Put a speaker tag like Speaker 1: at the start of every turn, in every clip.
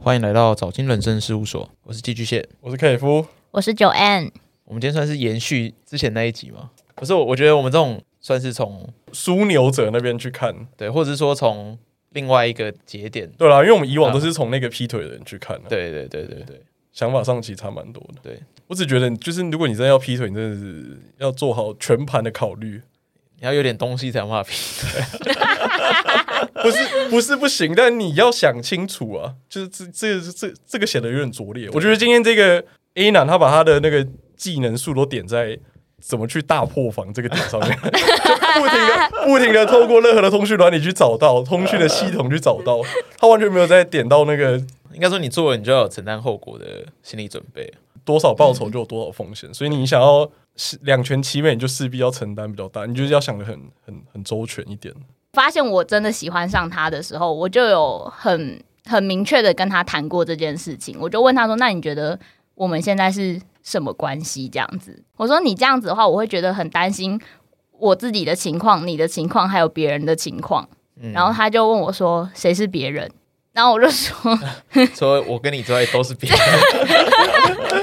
Speaker 1: 欢迎来到早金人生事务所，我是寄居蟹。
Speaker 2: 我是克里夫，
Speaker 3: 我是九 N，
Speaker 1: 我们今天算是延续之前那一集嘛？可是我我觉得我们这种算是从
Speaker 2: 枢纽者那边去看。
Speaker 1: 对，或者是说从另外一个节点，
Speaker 2: 对啦，因为我们以往都是从那个劈腿的人去看、啊，
Speaker 1: 啊对对对对对，
Speaker 2: 想法上其实差蛮多的。
Speaker 1: 对
Speaker 2: 我只觉得，就是如果你真的要劈腿，你真的是要做好全盘的 考虑，
Speaker 1: 你要有点东西才有办法评。
Speaker 2: 不是不是不行，但你要想清楚啊。就是这这这这个显得有点拙劣。我觉得今天这个 A 男他把他的那个技能数都点在。怎么去大破防这个点上 面，就不停的不停的透过任何的通讯软体去找到通讯的系统去找到，他完全没有在点到那个
Speaker 1: 应该说你做了，你就要有承担后果的心理准备。
Speaker 2: 多少报
Speaker 1: 嗯
Speaker 2: 酬就有多少风险，所以你想要是两全其美，你就势必要承担比较大，你就是要想的很很很周全一点。
Speaker 3: 发现我真的喜欢上他的时候，我就有很很明确的跟他谈过这件事情。我就问他说：“那你觉得我们现在是什么关系？”这样子，我说：“你这样子的话，我会觉得很担心我自己的情况、你的情况，还有别人的情况。”
Speaker 1: 嗯
Speaker 3: 然后他就问我说：“谁是别人？” 然后我就说，
Speaker 1: 说我跟你之外都是别人，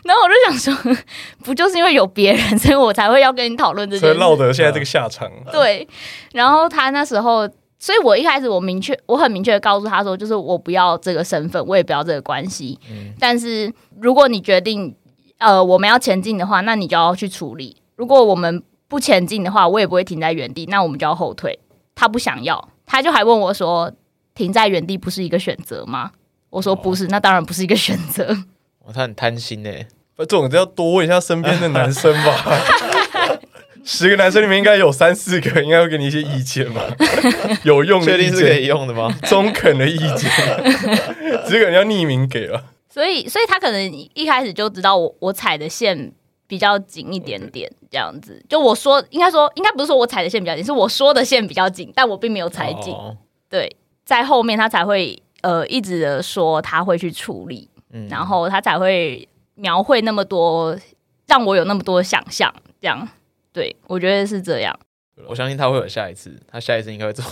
Speaker 3: 然后我就想说， 不就是因为有别人，所以我才会要跟你讨论这
Speaker 2: 所
Speaker 3: 件
Speaker 2: 以
Speaker 3: 事
Speaker 2: 落得现在这个下场，
Speaker 1: 嗯
Speaker 3: 对，然后他那时候，所以我一开始我明确，我很明确的告诉他说，就是我不要这个身份，我也不要这个关系。但是如果你决定呃我们要前进的话，那你就要去处理；如果我们不前进的话，我也不会停在原地，那我们就要后退。他不想要，他就还问我说：“停在原地不是一个选择吗？”我说：“不是，那当然不是一个选择。”
Speaker 1: 哇他很贪心哎、
Speaker 2: 这种要多问一下身边的男生 吧。十个男生里面应该有三四个应该会给你一些意 见吧，有用
Speaker 1: 确
Speaker 2: 的意
Speaker 1: 定是可以
Speaker 2: 见，
Speaker 1: 用的吗？
Speaker 2: 中肯的意 见，只是可能要匿名给了。
Speaker 3: 所以，所以他可能一开始就知道我我踩的线比较紧一点点，这样子。就我说，应该说，应该不是说我踩的线比较紧，是我说的线比较紧，但我并没有踩紧。
Speaker 1: 哦
Speaker 3: 对，在后面他才会呃一直的说他会去处理，
Speaker 1: 嗯
Speaker 3: 然后他才会描绘那么多，让我有那么多想象。这样，对我觉得是这样。
Speaker 1: 我相信他会有下一次，他下一次应该会做。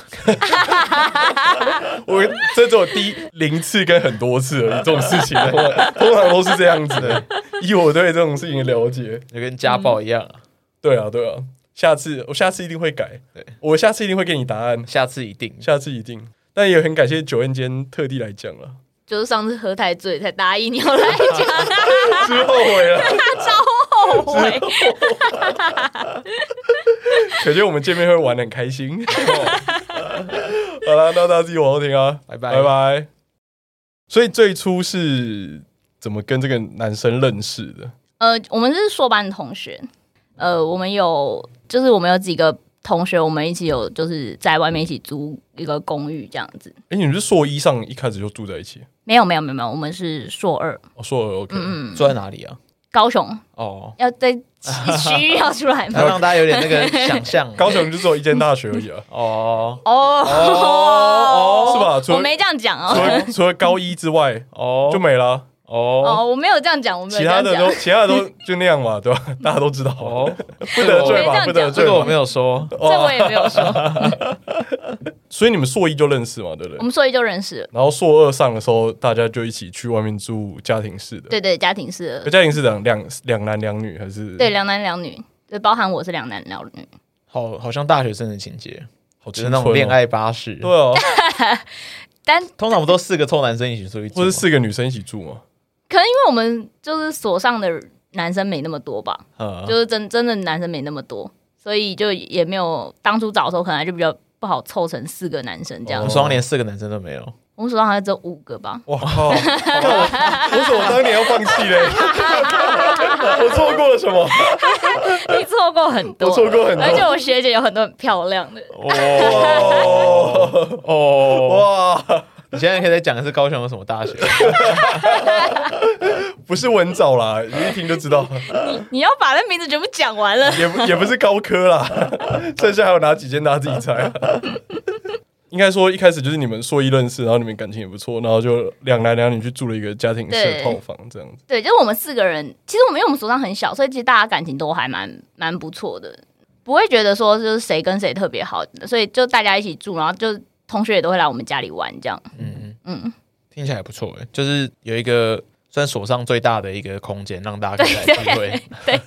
Speaker 2: 我这种第一零次跟很多次而已，这种事情的话，通常都是这样子的。以我对这种事情的了解，
Speaker 1: 就跟家暴一样啊，
Speaker 2: 对啊，对啊，下次我下次一定会改，
Speaker 1: 对
Speaker 2: 我下次一定会给你答案，
Speaker 1: 下次一定。
Speaker 2: 下次一定。但也很感谢九恩今天特地来讲了，
Speaker 3: 就是上次喝太醉才答应你要来讲，
Speaker 2: 之后悔了，
Speaker 3: 超后悔。
Speaker 2: 可见我们见面会玩的很开 心。好了，那大家自己往后听啊，
Speaker 1: 拜拜
Speaker 2: 拜拜。所以最初是怎么跟这个男生认识的？
Speaker 3: 呃，我们是硕班同学，呃，我们有就是我们有几个同学，我们一起有就是在外面一起租一个公寓这样子。
Speaker 2: 哎、你们是硕一上一开始就住在一起？
Speaker 3: 没有没有没有没有，我们是硕二，
Speaker 2: 哦，硕二 OK，、
Speaker 3: 嗯，
Speaker 1: 住在哪里啊？
Speaker 3: 高雄
Speaker 1: 哦，
Speaker 3: 要 在区域要出来
Speaker 1: 要
Speaker 3: 吗？
Speaker 1: 让大家有点那个想象。，
Speaker 2: 高雄就只有一间大学而已啊
Speaker 1: 哦
Speaker 3: 哦
Speaker 2: 是吧除了
Speaker 3: 我没这样讲
Speaker 2: 除
Speaker 3: 哦，
Speaker 2: 了除了高一之外
Speaker 1: 哦，
Speaker 2: 就没了啊。
Speaker 1: 哦
Speaker 3: 哦，我没有这样讲，我没 有
Speaker 2: 其
Speaker 3: 这
Speaker 2: 他
Speaker 3: 样
Speaker 2: 的
Speaker 3: 讲
Speaker 2: 都，其他的都就那样嘛，对 吧？大家都知道，
Speaker 1: 哦，
Speaker 2: 不得罪吧，
Speaker 3: 我没这样讲
Speaker 2: 不得
Speaker 1: 这
Speaker 2: 罪
Speaker 1: 个我
Speaker 2: 吧
Speaker 1: 没。有说。
Speaker 3: 这我也没
Speaker 2: 哦
Speaker 3: 有说，
Speaker 2: 所以你们硕一就认识嘛，对不
Speaker 3: 我
Speaker 2: 对？
Speaker 3: 们所以就认识了。
Speaker 2: 然后硕二上的时候，大家就一起去外面住家庭式的。
Speaker 3: 对对，家庭式
Speaker 2: 呃，
Speaker 3: 的，
Speaker 2: 家庭式两两两男两女还是？
Speaker 3: 对，两男两女，对，包含我是两男两女。
Speaker 1: 好，好像大学生的情节，
Speaker 2: 好
Speaker 1: 就
Speaker 2: 青
Speaker 1: 是
Speaker 2: 春
Speaker 1: 那
Speaker 2: 哦
Speaker 1: 种恋。爱巴士。
Speaker 2: 对啊，
Speaker 3: 但
Speaker 1: 通常我们都四个臭男生一起出去住嘛，
Speaker 2: 或是四个女生一起住嘛。
Speaker 3: 可能因为我们就是所上的男生没那么多吧，
Speaker 2: 啊
Speaker 1: 嗯，
Speaker 3: 就是真真的男生没那么多，所以就也没有当初找的时候，可能就比较不好凑成四个男生这
Speaker 1: 我
Speaker 3: 样。
Speaker 2: 哦
Speaker 1: 们双连四个男生都没有。
Speaker 3: 我们手上好像只有五个吧，
Speaker 2: 哇靠！看我我怎么当年要放弃 嘞？我错过了什么？
Speaker 3: 你错过很多，
Speaker 2: 我错过很
Speaker 3: 而且
Speaker 2: 多。
Speaker 3: 我学姐有很多很漂亮的，
Speaker 2: 哦
Speaker 1: 哦，
Speaker 2: 哇，
Speaker 1: 你现在可以再讲一次高雄有什么大学？
Speaker 2: 不是文藻啦，你一听就知道，
Speaker 3: 你要把那名字全部讲完了。
Speaker 2: 也不也不是高科啦， 剩下还有哪几间大家自己猜。啊 应该说一开始就是你们硕一认识，然后你们感情也不错，然后就两男两女去住了一个家庭式
Speaker 3: 对
Speaker 2: 套房这样子。
Speaker 3: 对，就是我们四个人，其实我们因为我们手上很小，所以其实大家感情都还蛮蛮不错的，不会觉得说就是谁跟谁特别好，所以就大家一起住，然后就同学也都会来我们家里玩这样。
Speaker 1: 嗯，
Speaker 3: 嗯，
Speaker 1: 听起来不错哎，就是有一个算锁上最大的一个空间，让大家可以来聚 会，
Speaker 3: 对，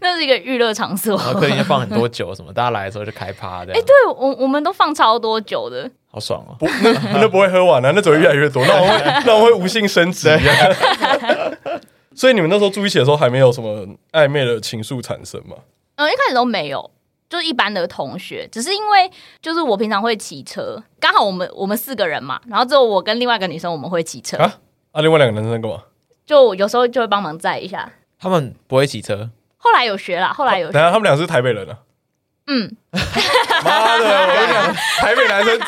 Speaker 3: 那是一个娱乐 场所。哎
Speaker 1: 然后客厅就放很多酒什么，大家来的时候就开趴这样，
Speaker 3: 对我，我们都放超多酒的，
Speaker 1: 好爽哦。
Speaker 2: 不， 那那不会喝完啊，那只会越来越多，那我会 那我会无性生殖一样。 所以你们那时候住一起的时候，还没有什么暧昧的情愫产生吗？
Speaker 3: 嗯，一开始都没有，就是一般的同学，只是因为就是我平常会骑车，刚好我们我们四个人嘛，然后之后我跟另外一个女生我们会骑车，
Speaker 2: 啊啊，另外两个男生在干嘛？
Speaker 3: 就有时候就会帮忙载一下。
Speaker 1: 他们不会骑车，
Speaker 3: 后来有学啦，后
Speaker 1: 呃
Speaker 3: 来有
Speaker 2: 等
Speaker 1: 哦
Speaker 2: 一
Speaker 3: 学，
Speaker 2: 下他们俩是台北 人啊。
Speaker 3: 嗯，
Speaker 2: 妈的，我跟你讲，台北男生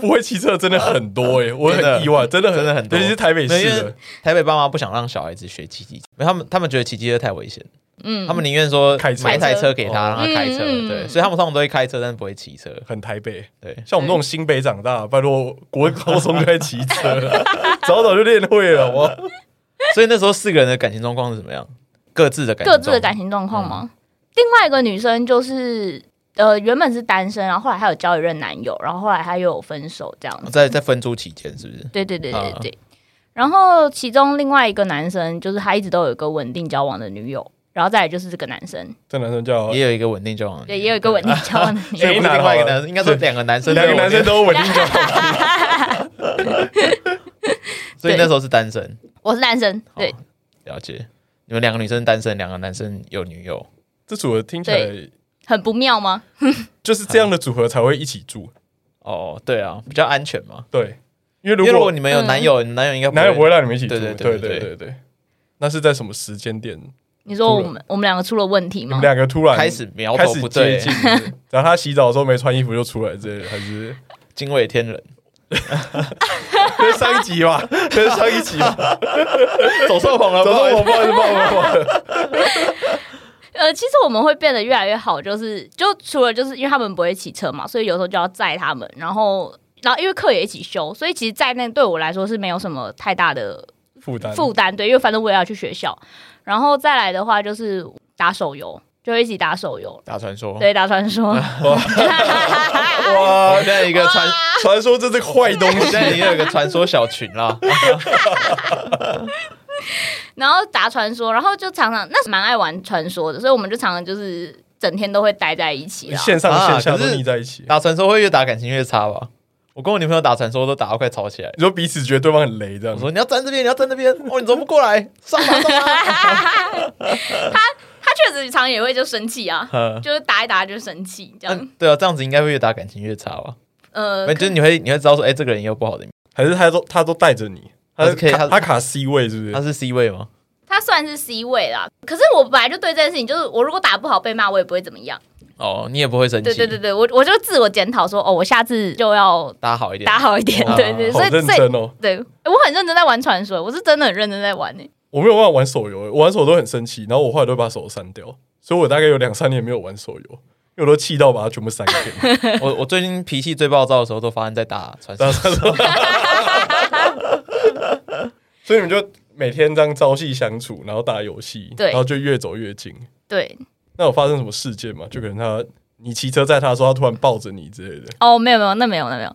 Speaker 2: 不会骑车真的很多哎、我
Speaker 1: 真的
Speaker 2: 很意外，真的很
Speaker 1: 真的很多
Speaker 2: 尤其是台北
Speaker 1: 没有因
Speaker 2: 市
Speaker 1: 为
Speaker 2: 的，
Speaker 1: 台北爸妈不想让小孩子学骑机车，因为他们他们觉得骑机车太危险，
Speaker 3: 嗯
Speaker 1: 他们宁愿说
Speaker 2: 开车
Speaker 1: 买一台车给他，
Speaker 2: 哦
Speaker 1: 让他开车，
Speaker 3: 嗯嗯
Speaker 1: 对，
Speaker 3: 嗯
Speaker 1: 所以他们通常都会开车，但是不会骑车，
Speaker 2: 很台北。
Speaker 1: 对。
Speaker 2: 像我们这种新北长大，拜托国高中就在骑车 了，早早就练会了。我
Speaker 1: 所以那时候四个人的感情状况是怎么样？各自的感情
Speaker 3: 各自
Speaker 1: 状况
Speaker 3: 的感情状
Speaker 1: 嗯
Speaker 3: 况吗？另外一个女生就是呃原本是单身，然后后来她有交一任男友，然后后来她又有分手这样子。
Speaker 1: 在在分租期间是不是？
Speaker 3: 对对对
Speaker 1: 嗯
Speaker 3: 对对。然后其中另外一个男生就是他一直都有一个稳定交往的女友，然后再来就是这个男生，
Speaker 2: 这男生叫
Speaker 1: 也有一个稳定交往的
Speaker 3: 对，
Speaker 1: 女
Speaker 3: 也有一个稳定交往的女
Speaker 1: 所
Speaker 3: 友。
Speaker 1: 以不是另外一个男生，应该说两个男生，
Speaker 2: 两个男生，都稳定交往，
Speaker 1: 所以那时候是单身。
Speaker 3: 我是男生，
Speaker 1: 好
Speaker 3: 对，
Speaker 1: 了解。你们两个女生单身，两个男生有女友，
Speaker 2: 这组合听起来
Speaker 3: 很不妙吗？
Speaker 2: 就是这样的组合才会一起住。
Speaker 1: 哦，对啊，比较安全嘛。
Speaker 2: 对，因为
Speaker 1: 因
Speaker 2: 如
Speaker 1: 为如果
Speaker 2: 果
Speaker 1: 你们有男友，你
Speaker 3: 嗯
Speaker 1: 男友应该
Speaker 2: 男友不会让你们一起住，
Speaker 1: 对
Speaker 2: 对
Speaker 1: 对对
Speaker 2: 对对
Speaker 1: 对嗯
Speaker 2: 对对。那是在什么时间点？
Speaker 3: 你说我们我们两个出了问题
Speaker 2: 你们
Speaker 3: 吗？
Speaker 2: 两个突然
Speaker 1: 开始苗
Speaker 2: 开
Speaker 1: 头
Speaker 2: 始
Speaker 1: 不
Speaker 2: 接
Speaker 1: 对，
Speaker 2: 近，然后他洗澡的时候没穿衣服就出来之类的，还是？
Speaker 1: 惊为天人，
Speaker 2: 这是上一集吧，这是上一集吧。
Speaker 1: 走错棚了，
Speaker 2: 走
Speaker 1: 不好
Speaker 2: 错
Speaker 1: 意思
Speaker 2: 我不好意思，不好意思，不好意思。
Speaker 3: 呃，其实我们会变得越来越好，就是就除了就是因为他们不会骑车嘛，所以有时候就要载他们，然后然后因为课也一起修，所以其实载那对我来说是没有什么太大的
Speaker 2: 负担
Speaker 3: 负担，对，因为反正我也要去学校，然后再来的话就是打手游，就会一起打手游，
Speaker 1: 打传说，
Speaker 3: 对，打传说，
Speaker 1: 哦 哇，现在一个传，
Speaker 2: 传说这是个坏东
Speaker 1: 现
Speaker 2: 西，
Speaker 1: 在已经有一个传说小群啦，
Speaker 3: 然后打传说，然后就常常那是蛮爱玩传说的，所以我们就常常就是整天都会待在一起啦。
Speaker 2: 线上线下
Speaker 1: 啊可
Speaker 2: 都
Speaker 1: 是
Speaker 2: 腻在一起。
Speaker 1: 打传说会越打感情越差吧？我跟我女朋友打传说都打到快吵起来。
Speaker 2: 你说彼此觉得对方很雷这样
Speaker 1: 我
Speaker 2: 子，
Speaker 1: 说你要站这边，你要站那边，哦，你怎么不过来？上吧 上吧。
Speaker 3: 他确实常也会就生气啊，
Speaker 1: 嗯
Speaker 3: 就是打一打就生气这样。
Speaker 1: 嗯，对啊，这样子应该会越打感情越差吧？
Speaker 3: 呃
Speaker 1: 反，正就是你会你会知道说，哎，这个人也有不好的一面，
Speaker 2: 还是他都他都带着你，
Speaker 1: 他
Speaker 2: 他
Speaker 1: 是可以
Speaker 2: 卡
Speaker 1: 他
Speaker 2: 他卡 C 位
Speaker 3: 嗯
Speaker 2: 是不
Speaker 1: 他
Speaker 2: 是？
Speaker 1: 是 C 位吗？
Speaker 3: 他算是 C 位啦，可是我本来就对这件事情，就是我如果打不好被骂，我也不会怎么样。
Speaker 1: 哦，你也不会生气，
Speaker 3: 对对对，对，我我就自我检讨说，哦，我下次就要
Speaker 1: 打好一点，
Speaker 3: 打好一点
Speaker 1: 哇。
Speaker 3: 对对，
Speaker 2: 好
Speaker 3: 所以
Speaker 2: 认
Speaker 3: 所以
Speaker 2: 真哦！
Speaker 3: 对我很认真在玩传说，我是真的很认真在玩欸诶、
Speaker 2: 我没有办法玩手游，我玩手游都很生气，然后我后来都会把手游删掉，所以我大概有两三年没有玩手游，因为我都气到把它全部删 掉。
Speaker 1: 我我最近脾气最暴躁的时候，都发生在打传说
Speaker 2: 打。算说所以你们就每天这样朝夕相处，然后打游戏，
Speaker 3: 对
Speaker 2: 然后就越走越近。
Speaker 3: 对，
Speaker 2: 那有发生什么事件吗？就可能他你骑车载他的时候，他突然抱着你之类的。
Speaker 3: 哦，没有没有，那没有那没有。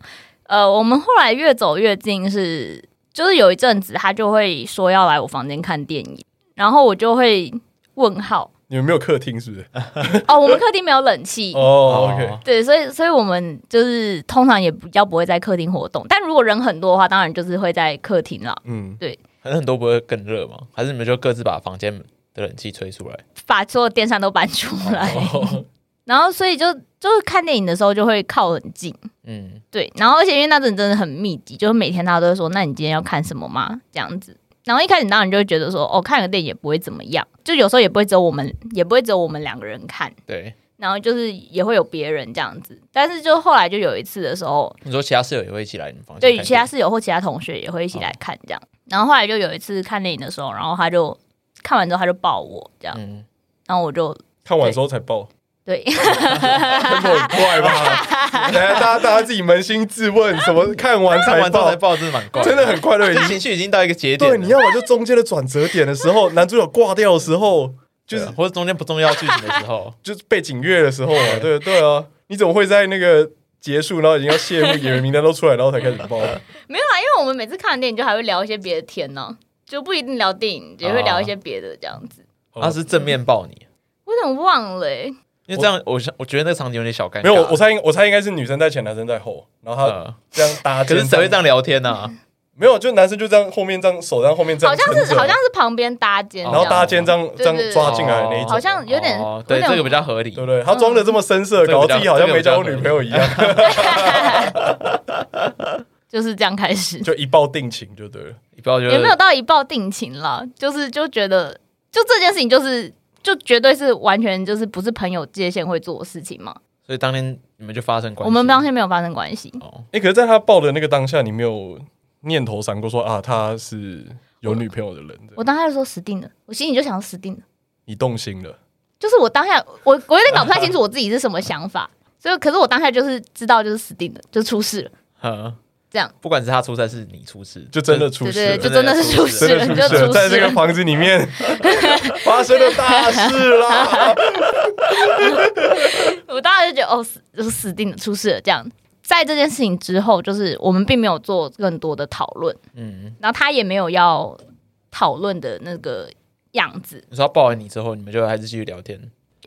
Speaker 3: 呃，我们后来越走越近是，就是有一阵子他就会说要来我房间看电影，然后我就会问号。
Speaker 2: 你们没有客厅是不
Speaker 1: 啊
Speaker 2: 是？
Speaker 3: 哦，我们客厅没有冷气。
Speaker 2: 哦，OK，
Speaker 3: 对，所以所以我们就是通常也比较不会在客厅活动，但如果人很多的话，当然就是会在客厅啦。
Speaker 2: 嗯，
Speaker 1: 还是很多不会更热吗？还是你们就各自把房间的冷气吹出来？
Speaker 3: 把所有电扇都搬出来，
Speaker 2: 哦，
Speaker 3: 然后所以就就是看电影的时候就会靠很近，
Speaker 1: 嗯，
Speaker 3: 对，然后而且因为那阵真的很密集，就是每天他都会说：“那你今天要看什么吗？”这样子。然后一开始当然就会觉得说：“哦，看个电影也不会怎么样，就有时候也不会只有我们，也不会只有我们两个人看，
Speaker 1: 对。
Speaker 3: 然后就是也会有别人这样子。”但是就后来就有一次的时候，
Speaker 1: 你说其他室友也会一起来你们房间看电
Speaker 3: 对
Speaker 1: 影？哦
Speaker 3: 其他室友或其他同学也会一起来看这样。然后后来就有一次看电影的时候，然后他就看完之后他就抱我这样，
Speaker 1: 嗯，
Speaker 3: 然后我就
Speaker 2: 看完之后才抱，
Speaker 3: 对
Speaker 2: tempo 很快吧？ 等下大家大家自己扪心自问，什么 看完
Speaker 1: 看
Speaker 2: 才
Speaker 1: 完之后
Speaker 2: 抱
Speaker 1: 才，爆，真的蛮怪，
Speaker 2: 真的很 快乐。已
Speaker 1: 这
Speaker 2: 经
Speaker 1: 情绪已经到一个节点了。
Speaker 2: 对，你要么就中间的转折点的时候，男主角挂掉的时候，
Speaker 1: 就
Speaker 2: 就，
Speaker 1: 是是或者中间不重要剧情的时候
Speaker 2: 就是背景乐的时候啊，对对啊，你怎么会在那个结束，然后已经要谢幕，演员名单都出来，然后才开 始报。
Speaker 3: 没有啦，因为我们每次看完电影就还会聊一些别的天呢、就不一定聊电影，也会
Speaker 1: 哦
Speaker 3: 聊一些别的这样子。
Speaker 2: 哦
Speaker 1: 他是正面抱你，
Speaker 3: 我有点忘了、欸，
Speaker 1: 因为这样我想我觉得那个场景有点小尴尬。
Speaker 2: 没有，我我猜应我猜应该是女生在前，男生在后，然后他
Speaker 1: 呃
Speaker 2: 这样搭
Speaker 1: 可
Speaker 2: 肩，
Speaker 1: 是谁会这样聊天啊呢？
Speaker 2: 没有，就男生就这样后面这样手这样后面这
Speaker 3: 好
Speaker 2: 样
Speaker 3: 像
Speaker 2: 撑着，
Speaker 3: 是好像是旁边搭肩这
Speaker 2: 然后
Speaker 3: 样，
Speaker 2: 搭肩这样这
Speaker 3: 对
Speaker 2: 样
Speaker 3: 对对
Speaker 2: 抓进来的那一种
Speaker 3: 好。像有点
Speaker 1: 哦
Speaker 3: 有
Speaker 1: 对，
Speaker 3: 点
Speaker 1: 这个比较合理
Speaker 2: 对。不对？他装的这么深色，
Speaker 1: 这个比
Speaker 2: 搞
Speaker 1: 较
Speaker 2: 得自己好像没交过女朋友一样，
Speaker 3: 就是这样开始，
Speaker 2: 就一抱定情就对了。
Speaker 1: 你不要觉
Speaker 3: 也没有
Speaker 1: 得
Speaker 3: 到一报定情了，就是就觉得就这件事情就是。就绝对是完全就是不是朋友界限会做的事情嘛？
Speaker 1: 所以当天你们就发生关系。
Speaker 3: 我们当天没有发生关系，
Speaker 1: 哦，
Speaker 2: 哎，可是在他抱的那个当下，你没有念头闪过说啊，他是有女朋友的人这样
Speaker 3: 我当下就说死定了，我心里就想死定了。
Speaker 2: 你动心了，
Speaker 3: 就是我当下，我我有点搞不太清楚我自己是什么想法， 所以可是我当下就是知道就是死定了，就出事了，
Speaker 1: 呵
Speaker 3: 这样
Speaker 1: 不管是他出事还是你出事，
Speaker 2: 就真的出
Speaker 3: 对
Speaker 2: 事
Speaker 3: 对，
Speaker 2: 了
Speaker 3: 就。真的是出事
Speaker 2: 真的
Speaker 3: 了，
Speaker 2: 出
Speaker 3: 就
Speaker 2: 事了，
Speaker 3: 出
Speaker 2: 在
Speaker 3: 事
Speaker 2: 这个
Speaker 3: 了。
Speaker 2: 房子里 面发生了大事啦！
Speaker 3: 我当下就觉得哦，死就是死定了，出事了这样。在这件事情之后，就是我们并没有做更多的讨论，
Speaker 1: 嗯，
Speaker 3: 然后他也没有要讨论的那个样子。
Speaker 1: 你说他抱完你之后，你们就还是继续聊天。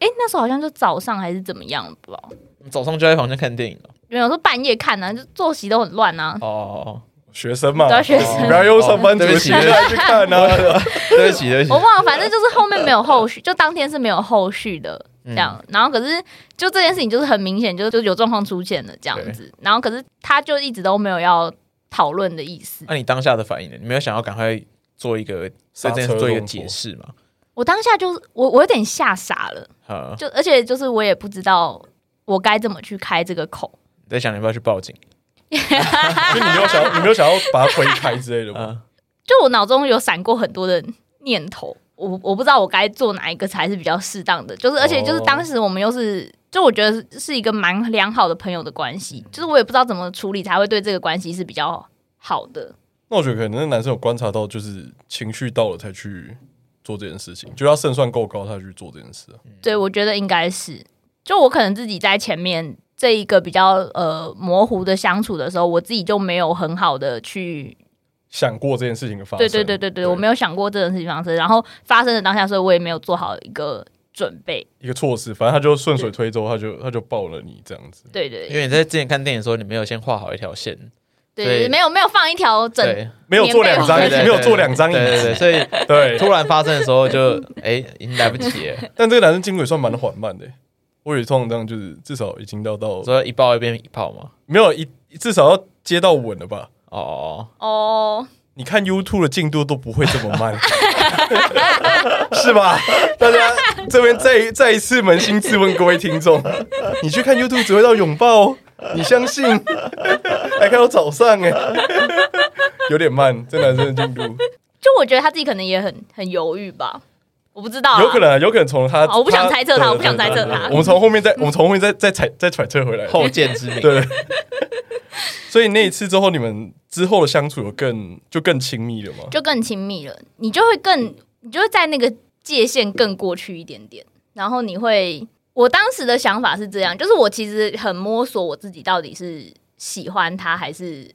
Speaker 3: 诶，那时候好像就早上还是怎么样，不知道。
Speaker 1: 你早上就在房间看电影了。
Speaker 3: 因为有时候半夜看呢、啊就作息都很乱啊。
Speaker 1: 哦哦，
Speaker 2: 学生嘛，
Speaker 3: 对学生
Speaker 2: 你不要用上班族
Speaker 1: 哦对
Speaker 2: 的
Speaker 1: 不起
Speaker 2: 心态去看啊！
Speaker 1: 哦对不起，对不
Speaker 3: 我
Speaker 1: 起。
Speaker 3: 忘了，反正就是后面没有后续，就 当天是没有后续的这样。然后可是就这件事情就是很明显，就是就有状况出现了这样子。然后可是他就一直都没有要讨论的意思。
Speaker 1: 那你当下的反应呢？你没有想要赶快做一个对这件事做一个解释吗？
Speaker 3: 我当下就是我我有点吓傻了，
Speaker 1: 啊，
Speaker 3: 就而且就是我也不知道我该怎么去开这个口。
Speaker 1: 你在想你要不要去报警？
Speaker 2: 就你没有想，你没有想要把它推开之类的吗？
Speaker 1: 啊，
Speaker 3: 就我脑中有闪过很多的念头，我我不知道我该做哪一个才是比较适当的，就是而且就是
Speaker 1: 哦
Speaker 3: 当时我们又是。就我觉得是是一个蛮良好的朋友的关系，就是我也不知道怎么处理才会对这个关系是比较好的。
Speaker 2: 那我觉得可能那男生有观察到，就是情绪到了才去做这件事情，就是他胜算够高，他去做这件事啊、
Speaker 3: 对，我觉得应该是，就我可能自己在前面这一个比较呃模糊的相处的时候，我自己就没有很好的去，
Speaker 2: 想过这件事情的发生。
Speaker 3: 对对对对对，我没有想过这种事情发生，然后发生的当下，所以我也没有做好一个准备。
Speaker 2: 一个措施，反正他就顺水推舟，他就他就抱了你这样子。
Speaker 3: 对对
Speaker 1: 因为你在之前看电影的时候，你没有先画好一条线，
Speaker 3: 对
Speaker 1: 所以
Speaker 3: 对，没有没有放一条整
Speaker 1: 对
Speaker 2: 没有做两张，
Speaker 1: 对
Speaker 3: 棉被
Speaker 1: 对，
Speaker 2: 没有做两张椅
Speaker 1: 对对对，
Speaker 2: 子。
Speaker 1: 所以
Speaker 2: 对，
Speaker 1: 突然发生的时候就哎，已经来不及 了。
Speaker 2: 但这个男生进步也算蛮缓慢的、我以为通常这样就是至少已经到到
Speaker 1: 我说一抱一边一泡嘛。
Speaker 2: 没有一至少要接到吻了吧？
Speaker 1: 哦哦，
Speaker 3: 哦。
Speaker 2: 你看 YouTube 的进度都不会这么慢，是吧？大家这边再再一次扪心自问各位听众，你去看 YouTube 只会到拥抱哦，你相信？还看到早上哎、有点慢，这男生的进度
Speaker 3: 就我觉得他自己可能也很很犹豫吧，我不知道、啊，
Speaker 2: 有可能啊，有可能从他，
Speaker 3: 好我不想猜测他
Speaker 2: 对
Speaker 3: 我不想猜测
Speaker 2: 对对对
Speaker 3: 他
Speaker 2: 我们从后面再，我们从后面再再揣再揣测回来
Speaker 1: 哦，后见之明。
Speaker 2: 对。 所以那一次之后，你们之后的相处有更就更亲密了吗？
Speaker 3: 就更亲密了，你就会更，你就会在那个界限更过去一点点，然后你会，我当时的想法是这样，就是我其实很摸索我自己到底是喜欢他还是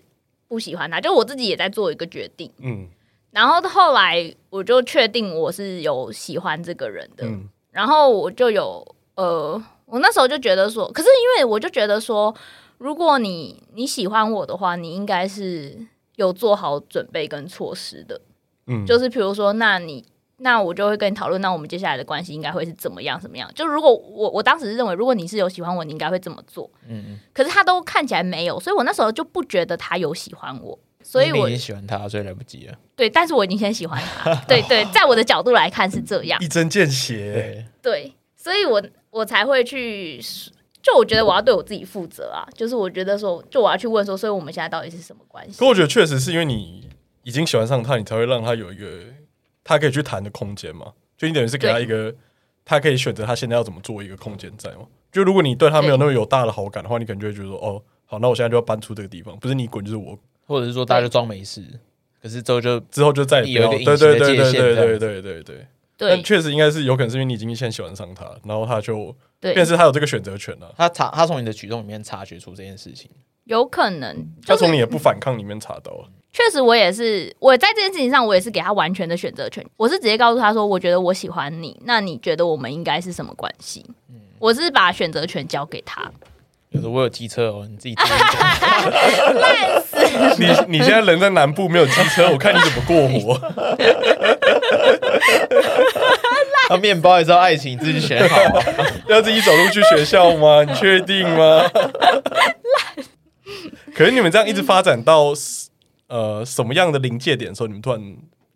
Speaker 3: 不喜欢他，就我自己也在做一个决定，
Speaker 2: 嗯
Speaker 3: 然后后来我就确定我是有喜欢这个人的，
Speaker 2: 嗯，
Speaker 3: 然后我就有呃，我那时候就觉得说，可是因为我就觉得说，如果你你喜欢我的话，你应该是有做好准备跟措施的，
Speaker 2: 嗯
Speaker 3: 就是比如说，那你。那我就会跟你讨论，那我们接下来的关系应该会是怎么样？怎么样？就如果我我当时是认为，如果你是有喜欢我，你应该会这么做。
Speaker 1: 嗯嗯。
Speaker 3: 可是他都看起来没有，所以我那时候就不觉得他有喜欢我， 所以
Speaker 1: 因为
Speaker 3: 我
Speaker 1: 你已经喜欢他，所以来不及了。
Speaker 3: 对，但是我已经先喜欢他。对对，在我的角度来看是这样。
Speaker 2: 一针见血。
Speaker 1: 对，
Speaker 3: 对，所以我我才会去，就我觉得我要对我自己负责啊，就是我觉得说，就我要去问说，所以我们现在到底是什么关系
Speaker 2: 可？我觉得确实是因为你已经喜欢上他，你才会让他有一个他可以去谈的空间嘛。就你等于是给他
Speaker 3: 对
Speaker 2: 一个，他可以选择他现在要怎么做一个空间在嘛。就如果你对他没有那么有大的好感的话，你可能就会觉得说，哦，好，那我现在就要搬出这个地方，不是你滚就是我，
Speaker 1: 或者是说大家就装没事，可是之后就
Speaker 2: 之后就再也不要。
Speaker 1: 有一个
Speaker 2: 对
Speaker 1: 隐形的
Speaker 2: 对对
Speaker 1: 界限这
Speaker 2: 对对
Speaker 1: 样
Speaker 2: 对
Speaker 1: 子
Speaker 2: 对对对。
Speaker 3: 对
Speaker 2: 但确实应该是有可能是因为你已经先喜欢上他，然后他就便
Speaker 3: 对，
Speaker 2: 是他有这个选择权了、啊
Speaker 1: 他察他从你的举动里面察觉出这件事情，
Speaker 3: 有可能
Speaker 2: 他
Speaker 3: 就是
Speaker 2: 从你也不反抗里面查到啊，
Speaker 3: 确实，我也是，我在这件事情上，我也是给他完全的选择权。我是直接告诉他说，我觉得我喜欢你，那你觉得我们应该是什么关系？
Speaker 2: 嗯
Speaker 3: 我是把选择权交给 他。
Speaker 1: 就是我有机车哦，你自己听一 下
Speaker 2: 你你现在人在南部没有机车，我看你怎么过 活。
Speaker 1: 那面包也知道爱情，你自己选好啊。
Speaker 2: 要自己走路去学校 吗？你确定吗？可是你们这样一直发展到呃什么样的临界点的时候，你们突然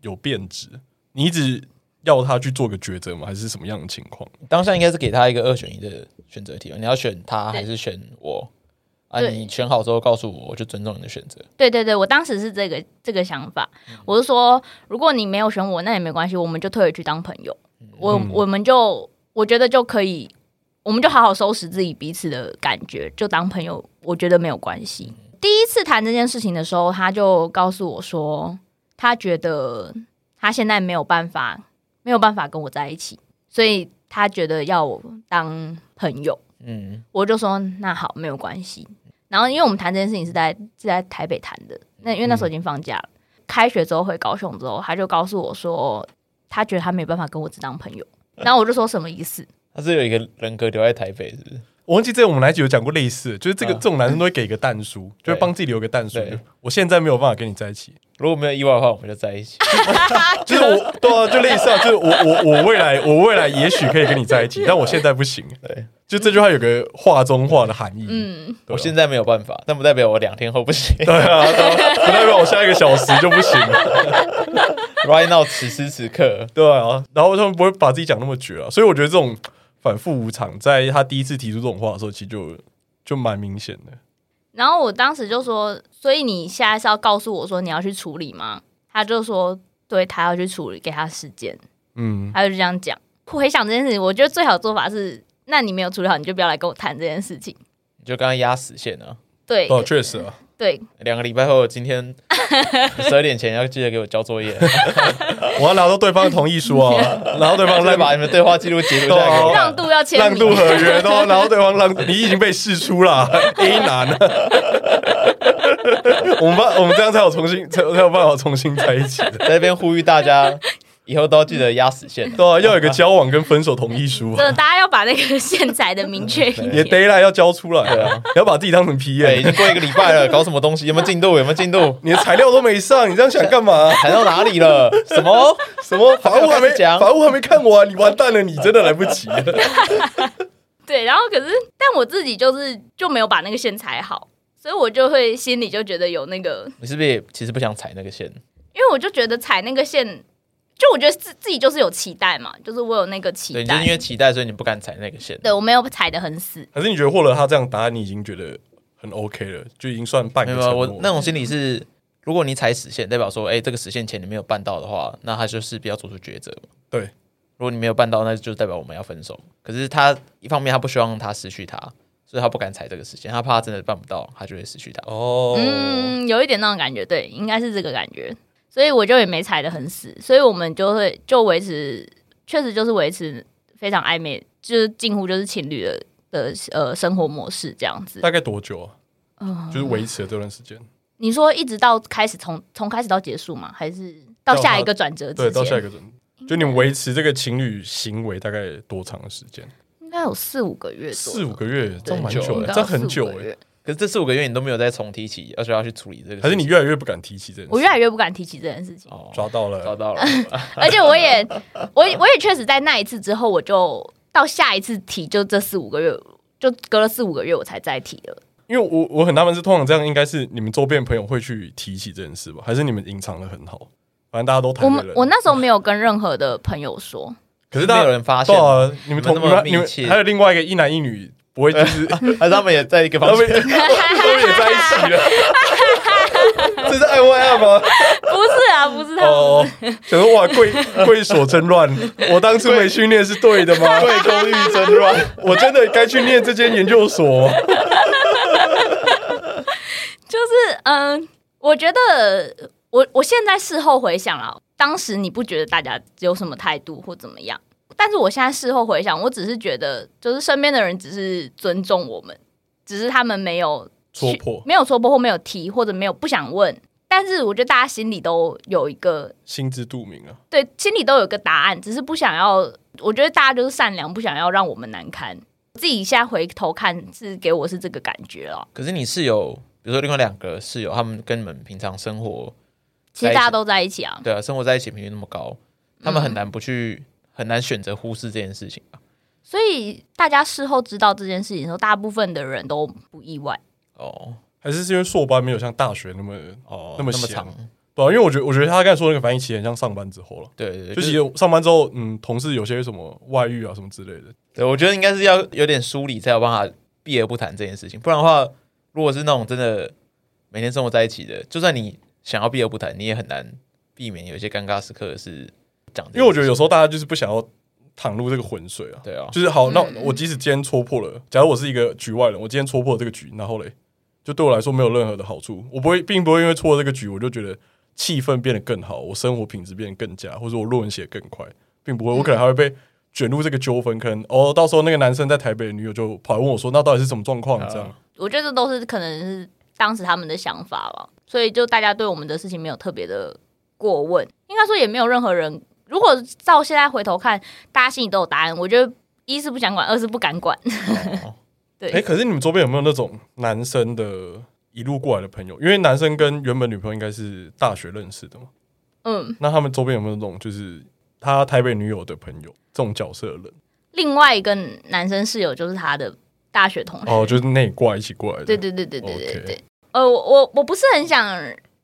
Speaker 2: 有变质？你一直要他去做个抉择吗？还是什么样的情况？
Speaker 1: 当下应该是给他一个二选一的选择题吧，你要选他还是选我？啊，
Speaker 3: 对
Speaker 1: 你选好之后告诉我，我就尊重你的选择。
Speaker 3: 对对对，我当时是这个这个想法，我是说，如果你没有选我，那也没关系，我们就退回去当朋友。我
Speaker 2: 嗯
Speaker 3: 我们就我觉得就可以，我们就好好收拾自己彼此的感觉，就当朋友，我觉得没有关系。第一次谈这件事情的时候，他就告诉我说，他觉得他现在没有办法，没有办法跟我在一起，所以他觉得要我当朋友。
Speaker 1: 嗯，
Speaker 3: 我就说那好，没有关系。然后因为我们谈这件事情是在是在台北谈的，那因为那时候已经放假了，开学之后回高雄之后，他就告诉我说他觉得他没办法跟我只当朋友。然后我就说什么意思？
Speaker 1: 他是有一个人格留在台北，是不是？
Speaker 2: 我忘记这我们哪一集有讲过类似的，就是这个、
Speaker 1: 啊
Speaker 2: 这种男生都会给一个蛋书，就
Speaker 1: 对
Speaker 2: 会帮自己留个蛋书
Speaker 1: 对。
Speaker 2: 我现在没有办法跟你在一起，
Speaker 1: 如果没有意外的话，我们就在一起。
Speaker 2: 就是我对啊，就类似啊，就是我我我未来 我未来也许可以跟你在一起，但我现在不行。
Speaker 1: 对，
Speaker 2: 就这句话有个话中话的含义。
Speaker 3: 嗯，
Speaker 2: 对
Speaker 1: 我
Speaker 2: 啊
Speaker 1: 现在没有办法，但不代表我两天后不行。
Speaker 2: 对啊，对啊不代表我下一个小时就不行。
Speaker 1: right now，此时此刻，
Speaker 2: 对啊，然后他们不会把自己讲那么绝啊，所以我觉得这种反复无常，在他第一次提出这种话的时候，其实就就蛮明显的。
Speaker 3: 然后我当时就说，所以你现在是要告诉我说你要去处理吗？他就说，对他要去处理，给他时间。
Speaker 2: 嗯，
Speaker 3: 他就这样讲。回想这件事情，我觉得最好的做法是，那你没有处理好，你就不要来跟我谈这件事情。
Speaker 1: 你就刚刚压死线啊！
Speaker 3: 对
Speaker 2: 哦，确实啊，
Speaker 3: 对，
Speaker 1: 两个礼拜后，今 天十二点前要记得给我交作业，
Speaker 2: 我要拿到对方的同意书啊，然后对方
Speaker 1: 再
Speaker 2: 让
Speaker 1: 把你们对话记录截图下来给我
Speaker 2: 对
Speaker 1: 看
Speaker 2: 啊
Speaker 3: 让。渡要签
Speaker 2: 让
Speaker 3: 名，
Speaker 2: 渡合约，然后然后对方让你已经被试出了 A 男，我们把我们这样才有重新才才有办法重新在一起的，
Speaker 1: 在这边呼吁大家，以后都要记得压死线。
Speaker 2: 对啊，要有一个交往跟分手同意书啊，
Speaker 3: 真的，大家要把那个线材的明确一
Speaker 1: 对
Speaker 2: 也
Speaker 3: 点。
Speaker 2: d a y l i g h t 要交出来
Speaker 1: 对
Speaker 2: 啊
Speaker 1: 啊，
Speaker 2: 你要把自己当成 P
Speaker 1: 对，已
Speaker 2: N，
Speaker 1: 经过一个礼拜了，搞什么东西？有没有进度？有没有进度？
Speaker 2: 你的材料都没上，你这样想干嘛？
Speaker 1: 谈到哪里了？什 么？
Speaker 2: 什么法务
Speaker 1: 还没
Speaker 2: 还没
Speaker 1: 有开始讲
Speaker 2: 法务还没看完，你完蛋了，你真的来不及了。
Speaker 3: 对，然后可是，但我自己就是就没有把那个线裁好，所以我就会心里就觉得有那个，
Speaker 1: 你是不是也其实不想踩那个线？
Speaker 3: 因为我就觉得踩那个线，就我觉得自自己就是有期待嘛，就是我有那个期
Speaker 1: 对，你就是
Speaker 3: 待
Speaker 1: 因，为期待，所以你不敢踩那个线。
Speaker 3: 对我没有踩的很死。
Speaker 2: 还是你觉得获得他这样答案，你已经觉得很 OK 了，就已经算半
Speaker 1: 没
Speaker 2: 个
Speaker 1: 有
Speaker 2: 成
Speaker 1: 没有，
Speaker 2: 果
Speaker 1: 我
Speaker 2: 了。
Speaker 1: 那种心理是，如果你踩死线，代表说，哎、这个实现前你没有办到的话，那他就势必要做出抉择嘛。
Speaker 2: 对，
Speaker 1: 如果你没有办到，那就代表我们要分手。可是他一方面他不希望他失去他，所以他不敢踩这个实现，他怕他真的办不到，他就会失去他。
Speaker 2: 哦，
Speaker 3: 嗯，有一点那种感觉，对，应该是这个感觉，所以我就也没踩的很死，所以我们就会就维持，确实就是维持非常暧昧，就是近乎就是情侣的的呃生活模式这样子。
Speaker 2: 大概多久啊？
Speaker 1: 哦
Speaker 2: 就是维持了这段时间，
Speaker 3: 你说一直到开始从从开始到结束吗？还是到下一个转折
Speaker 2: 对，
Speaker 3: 之
Speaker 2: 到下一
Speaker 3: 间？
Speaker 2: 个准，就你们维持这个情侣行为大概多长的时间？
Speaker 3: 应该有四五个月左
Speaker 2: 四
Speaker 3: 右，
Speaker 2: 五个月，这
Speaker 3: 对
Speaker 2: 样蛮
Speaker 1: 久
Speaker 2: 久
Speaker 1: 了
Speaker 2: 的，
Speaker 3: 应该
Speaker 2: 这
Speaker 3: 有
Speaker 2: 样很久
Speaker 3: 四五个
Speaker 2: 哎。
Speaker 3: 月
Speaker 1: 可是这四五个月你都没有再重提起，而且要去处理这个事情，
Speaker 2: 还是你越来越不敢提起这件事？
Speaker 3: 我越来越不敢提起这件事情，
Speaker 1: 哦
Speaker 2: 抓到
Speaker 1: 找
Speaker 2: 了，
Speaker 1: 到了，
Speaker 3: 而且我也我也我也确实在那一次之后，我就到下一次提，就这四五个月，就隔了四五个月我才再提了。
Speaker 2: 因为我我很纳闷是，通常这样应该是你们周边朋友会去提起这件事吧？还是你们隐藏的很好？反正大家都台
Speaker 3: 我
Speaker 2: 北
Speaker 3: 们
Speaker 2: 人，
Speaker 3: 我那时候没有跟任何的朋友说，
Speaker 2: 可是大
Speaker 1: 没
Speaker 2: 家
Speaker 1: 有人发现
Speaker 2: 对，啊，你们同
Speaker 1: 你
Speaker 2: 你
Speaker 1: 们那么
Speaker 2: 们你们
Speaker 1: 密切
Speaker 2: 还有另外一个一男一女，不会就 是他
Speaker 1: 还是他们也在一个房
Speaker 2: 们
Speaker 1: 间，
Speaker 2: 他们也在一起了，这是 I Y M 吗？
Speaker 3: 不是啊，不是他 们，
Speaker 2: 哦，想说哇，贵贵所真乱，我当初没去念是对的吗？
Speaker 1: 贵公寓真乱。
Speaker 2: 我真的该去念这间研究 所吗？
Speaker 3: 呃就是嗯，我觉得我我现在事后回想啊，当时你不觉得大家有什么态度或怎么样，但是我现在事后回想，我只是觉得就是身边的人只是尊重我们，只是他们没有
Speaker 2: 戳破
Speaker 3: 没有戳破或没有提或者没有不想问，但是我觉得大家心里都有一个
Speaker 2: 心知肚明啊。
Speaker 3: 对，心里都有一个答案，只是不想要。我觉得大家就是善良，不想要让我们难堪。自己现在回头看，是给我是这个感觉了。
Speaker 1: 可是你室友，比如说另外两个室友，他们跟你们平常生活，
Speaker 3: 其实大家都在一起啊，
Speaker 1: 对啊，生活在一起频率那么高，他们很难不去，很难选择忽视这件事情啊吧？
Speaker 3: 所以大家事后知道这件事情的时候，大部分的人都不意外。
Speaker 1: 哦
Speaker 2: 还是是因为硕班没有像大学那么
Speaker 1: 哦，
Speaker 2: 那
Speaker 1: 那
Speaker 2: 么
Speaker 1: 么
Speaker 2: 强
Speaker 1: 长，
Speaker 2: 对、啊，因为我觉得我觉得他刚才说那个反应期很像上班之后了，
Speaker 1: 对对对，
Speaker 2: 就
Speaker 1: 就是是
Speaker 2: 有上班之后，嗯，同事有些什么外遇啊什么之类的，
Speaker 1: 对，我觉得应该是要有点梳理才有办法避而不谈这件事情，不然的话，如果是那种真的每天生活在一起的，就算你想要避而不谈，你也很难避免有一些尴尬时刻是讲这件事情，
Speaker 2: 因为我觉得有时候大家就是不想要淌入这个浑水啊。
Speaker 1: 对啊，
Speaker 2: 就是好，那我即使今天戳破了，假如我是一个局外人，我今天戳破了这个局，然后嘞，就对我来说没有任何的好处，我不会，并不会因为戳了这个局，我就觉得气氛变得更好，我生活品质变得更佳，或者我论文写得更快，并不会，我可能还会被卷入这个纠纷，可能哦，到时候那个男生在台北的女友就跑来问我说，那到底是什么状况？
Speaker 1: 啊
Speaker 2: 这样，
Speaker 3: 我觉得这都是可能是当时他们的想法了，所以就大家对我们的事情没有特别的过问，应该说也没有任何人。如果照现在回头看，大家心里都有答案。我觉得一是不想管，二是不敢管。
Speaker 1: 哦
Speaker 3: 对，
Speaker 2: 哎、可是你们周边有没有那种男生的一路过来的朋友？因为男生跟原本女朋友应该是大学认识的嘛，
Speaker 3: 嗯，
Speaker 2: 那他们周边有没有那种就是他台北女友的朋友这种角色的人？
Speaker 3: 另外一个男生室友就是他的大学同学。
Speaker 2: 哦，就是内挂一起过来的。
Speaker 3: 对对对对对对
Speaker 2: OK
Speaker 3: 对。呃，我我我不是很想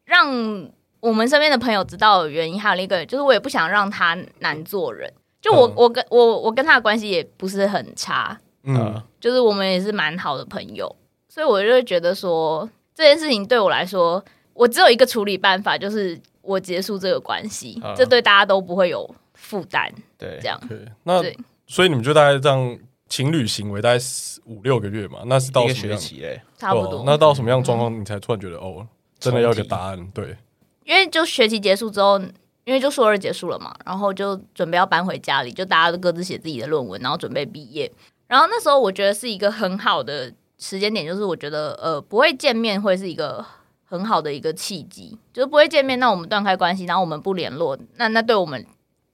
Speaker 3: 让我们身边的朋友知道的原因，还有一个就是我也不想让他难做人。就我、
Speaker 2: 嗯
Speaker 3: 我跟我我跟他的关系也不是很差，
Speaker 2: 嗯
Speaker 1: 啊，
Speaker 3: 就是我们也是蛮好的朋友，所以我就会觉得说这件事情对我来说，我只有一个处理办法，就是我结束这个关系，
Speaker 1: 啊
Speaker 3: 这对大家都不会有负担。
Speaker 1: 对
Speaker 3: 这，样，
Speaker 2: 对。那
Speaker 3: 对
Speaker 2: 所以你们就大概这样情侣行为大概四五六个月嘛？那是
Speaker 1: 一
Speaker 2: 到
Speaker 1: 个
Speaker 2: 什么
Speaker 1: 学
Speaker 2: 样？
Speaker 1: 期嘞，
Speaker 3: 差不
Speaker 2: 哦
Speaker 3: 多。
Speaker 2: 那到什么样的状
Speaker 3: 嗯
Speaker 2: 况你才突然觉得哦，真的要有个
Speaker 1: 冲击
Speaker 2: 答案？对，
Speaker 3: 因为就学期结束之后，因为就硕二结束了嘛，然后就准备要搬回家里，就大家都各自写自己的论文，然后准备毕业。然后那时候我觉得是一个很好的时间点，就是我觉得呃不会见面会是一个很好的一个契机，就是不会见面，那我们断开关系，然后我们不联络，那那对我们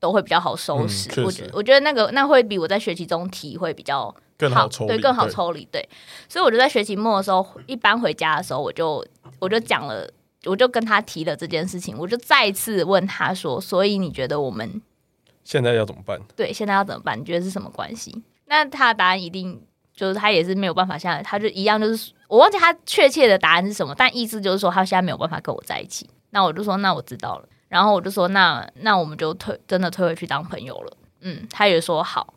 Speaker 3: 都会比较好收拾。
Speaker 2: 嗯确实
Speaker 3: 我觉我觉得那个那会比我在学期中提会比较
Speaker 2: 更好抽离，
Speaker 3: 对，更好抽离，对。所以我就在学期末的时候，一般回家的时候，我就我就讲了，我就跟他提了这件事情，我就再次问他说，所以你觉得我们
Speaker 2: 现在要怎么办？
Speaker 3: 对现在要怎么办？你觉得是什么关系？那他的答案一定就是他也是没有办法，现在他就一样，就是我忘记他确切的答案是什么，但意思就是说他现在没有办法跟我在一起。那我就说那我知道了，然后我就说那那我们就退真的退回去当朋友了。嗯，他也说好，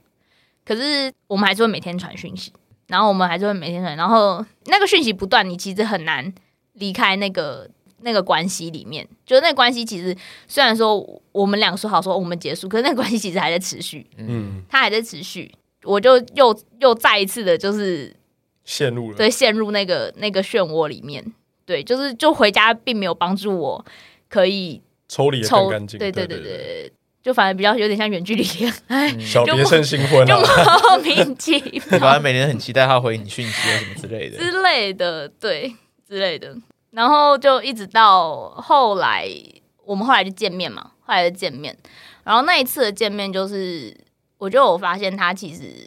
Speaker 3: 可是我们还是会每天传讯息，然后我们还是会每天传，然后那个讯息不断，你其实很难离开那个。那个关系里面，就是那个关系，其实虽然说我们俩说好哦说我们结束，可是那个关系其实还在持续。
Speaker 2: 嗯，
Speaker 3: 它还在持续，我就又又再一次的，就是
Speaker 2: 陷入了。
Speaker 3: 对陷入那个那个漩涡里面。对，就是就回家并没有帮助我可以
Speaker 2: 抽离的更
Speaker 3: 抽，
Speaker 2: 干净，
Speaker 3: 对
Speaker 2: 对
Speaker 3: 对对，对，就反而比较有点像远距离 恋爱，
Speaker 2: 小
Speaker 3: 就
Speaker 2: 别
Speaker 3: 莫
Speaker 2: 胜新婚
Speaker 3: 就
Speaker 2: 啊，
Speaker 3: 莫名其
Speaker 1: 反
Speaker 3: 妙
Speaker 1: 正每年很期待他回你讯息啊什么之类的，
Speaker 3: 之类的，对之类的。然后就一直到后来，我们后来就见面嘛，后来就见面。然后那一次的见面，就是我觉得我发现他其实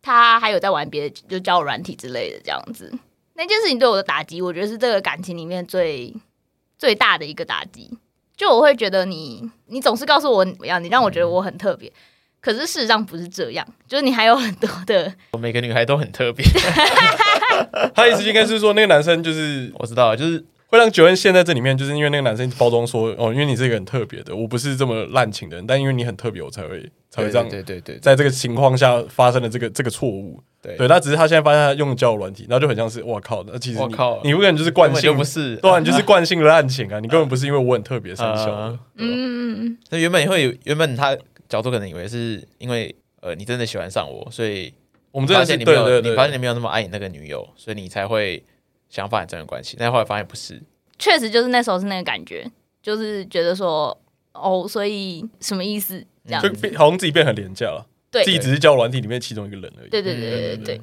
Speaker 3: 他还有在玩别的，就交友软体之类的这样子。那件事情对我的打击，我觉得是这个感情里面最最大的一个打击。就我会觉得你，你总是告诉我你怎么样，你让我觉得我很特别，可是事实上不是这样，就是你还有很多的
Speaker 1: 每个女孩都很特别，
Speaker 2: 他意思应该是说那个男生就是
Speaker 1: 我知道，就是
Speaker 2: 会让九恩陷在这里面，就是因为那个男生包装说哦，因为你是一个很特别的，我不是这么滥情的人，但因为你很特别，我才会 才会这样，
Speaker 1: 对对对对
Speaker 2: 在这个情况下发生了这个这个错误。
Speaker 1: 对
Speaker 2: 对，那只是他现在发现他用交友软体，那就很像是哇靠，那其实
Speaker 1: 哇
Speaker 2: 你
Speaker 1: 靠
Speaker 2: 你不可能就是
Speaker 1: 根
Speaker 2: 惯
Speaker 1: 本就
Speaker 2: 性
Speaker 1: 不，是，
Speaker 2: 对啊，你就是惯性的滥情啊，你根本不是因为我很特别生效的
Speaker 1: 啊，
Speaker 3: 嗯。
Speaker 1: 那原本会有，原本他角度可能以为是因为呃你真的喜欢上我，所以
Speaker 2: 我们真
Speaker 1: 发
Speaker 2: 的是
Speaker 1: 现你
Speaker 2: 对
Speaker 1: 没有
Speaker 2: 对
Speaker 1: 你发现
Speaker 2: 对，
Speaker 1: 你没有那么爱你那个女友，所以你才会想发展这段关系。但后来发现不是，
Speaker 3: 确实就是那时候是那个感觉，就是觉得说哦，所以什么意思？这样
Speaker 2: 就
Speaker 3: 子，
Speaker 2: 变好像自己变很廉价了，
Speaker 3: 对
Speaker 2: 自己
Speaker 3: 对
Speaker 2: 只是交友软体里面其中一个人而已。
Speaker 3: 对对对对
Speaker 1: 嗯
Speaker 3: 对。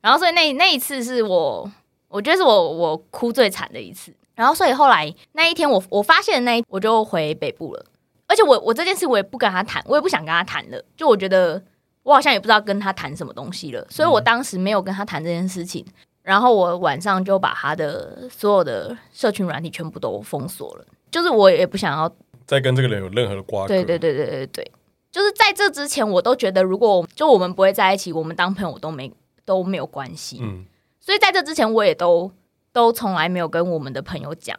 Speaker 3: 然后所以那那一次是我，我觉得是我我哭最惨的一次。然后所以后来那一天我我发现那一我就回北部了，而且我我这件事我也不跟他谈，我也不想跟他谈了，就我觉得我好像也不知道跟他谈什么东西了，所以我当时没有跟他谈这件事情。然后我晚上就把他的所有的社群软体全部都封锁了，就是我也不想要
Speaker 2: 再跟这个人有任何的瓜葛，
Speaker 3: 对对对对对对，就是在这之前，我都觉得如果我就我们不会在一起，我们当朋友都没都没有关系。
Speaker 2: 嗯，
Speaker 3: 所以在这之前，我也都都从来没有跟我们的朋友讲。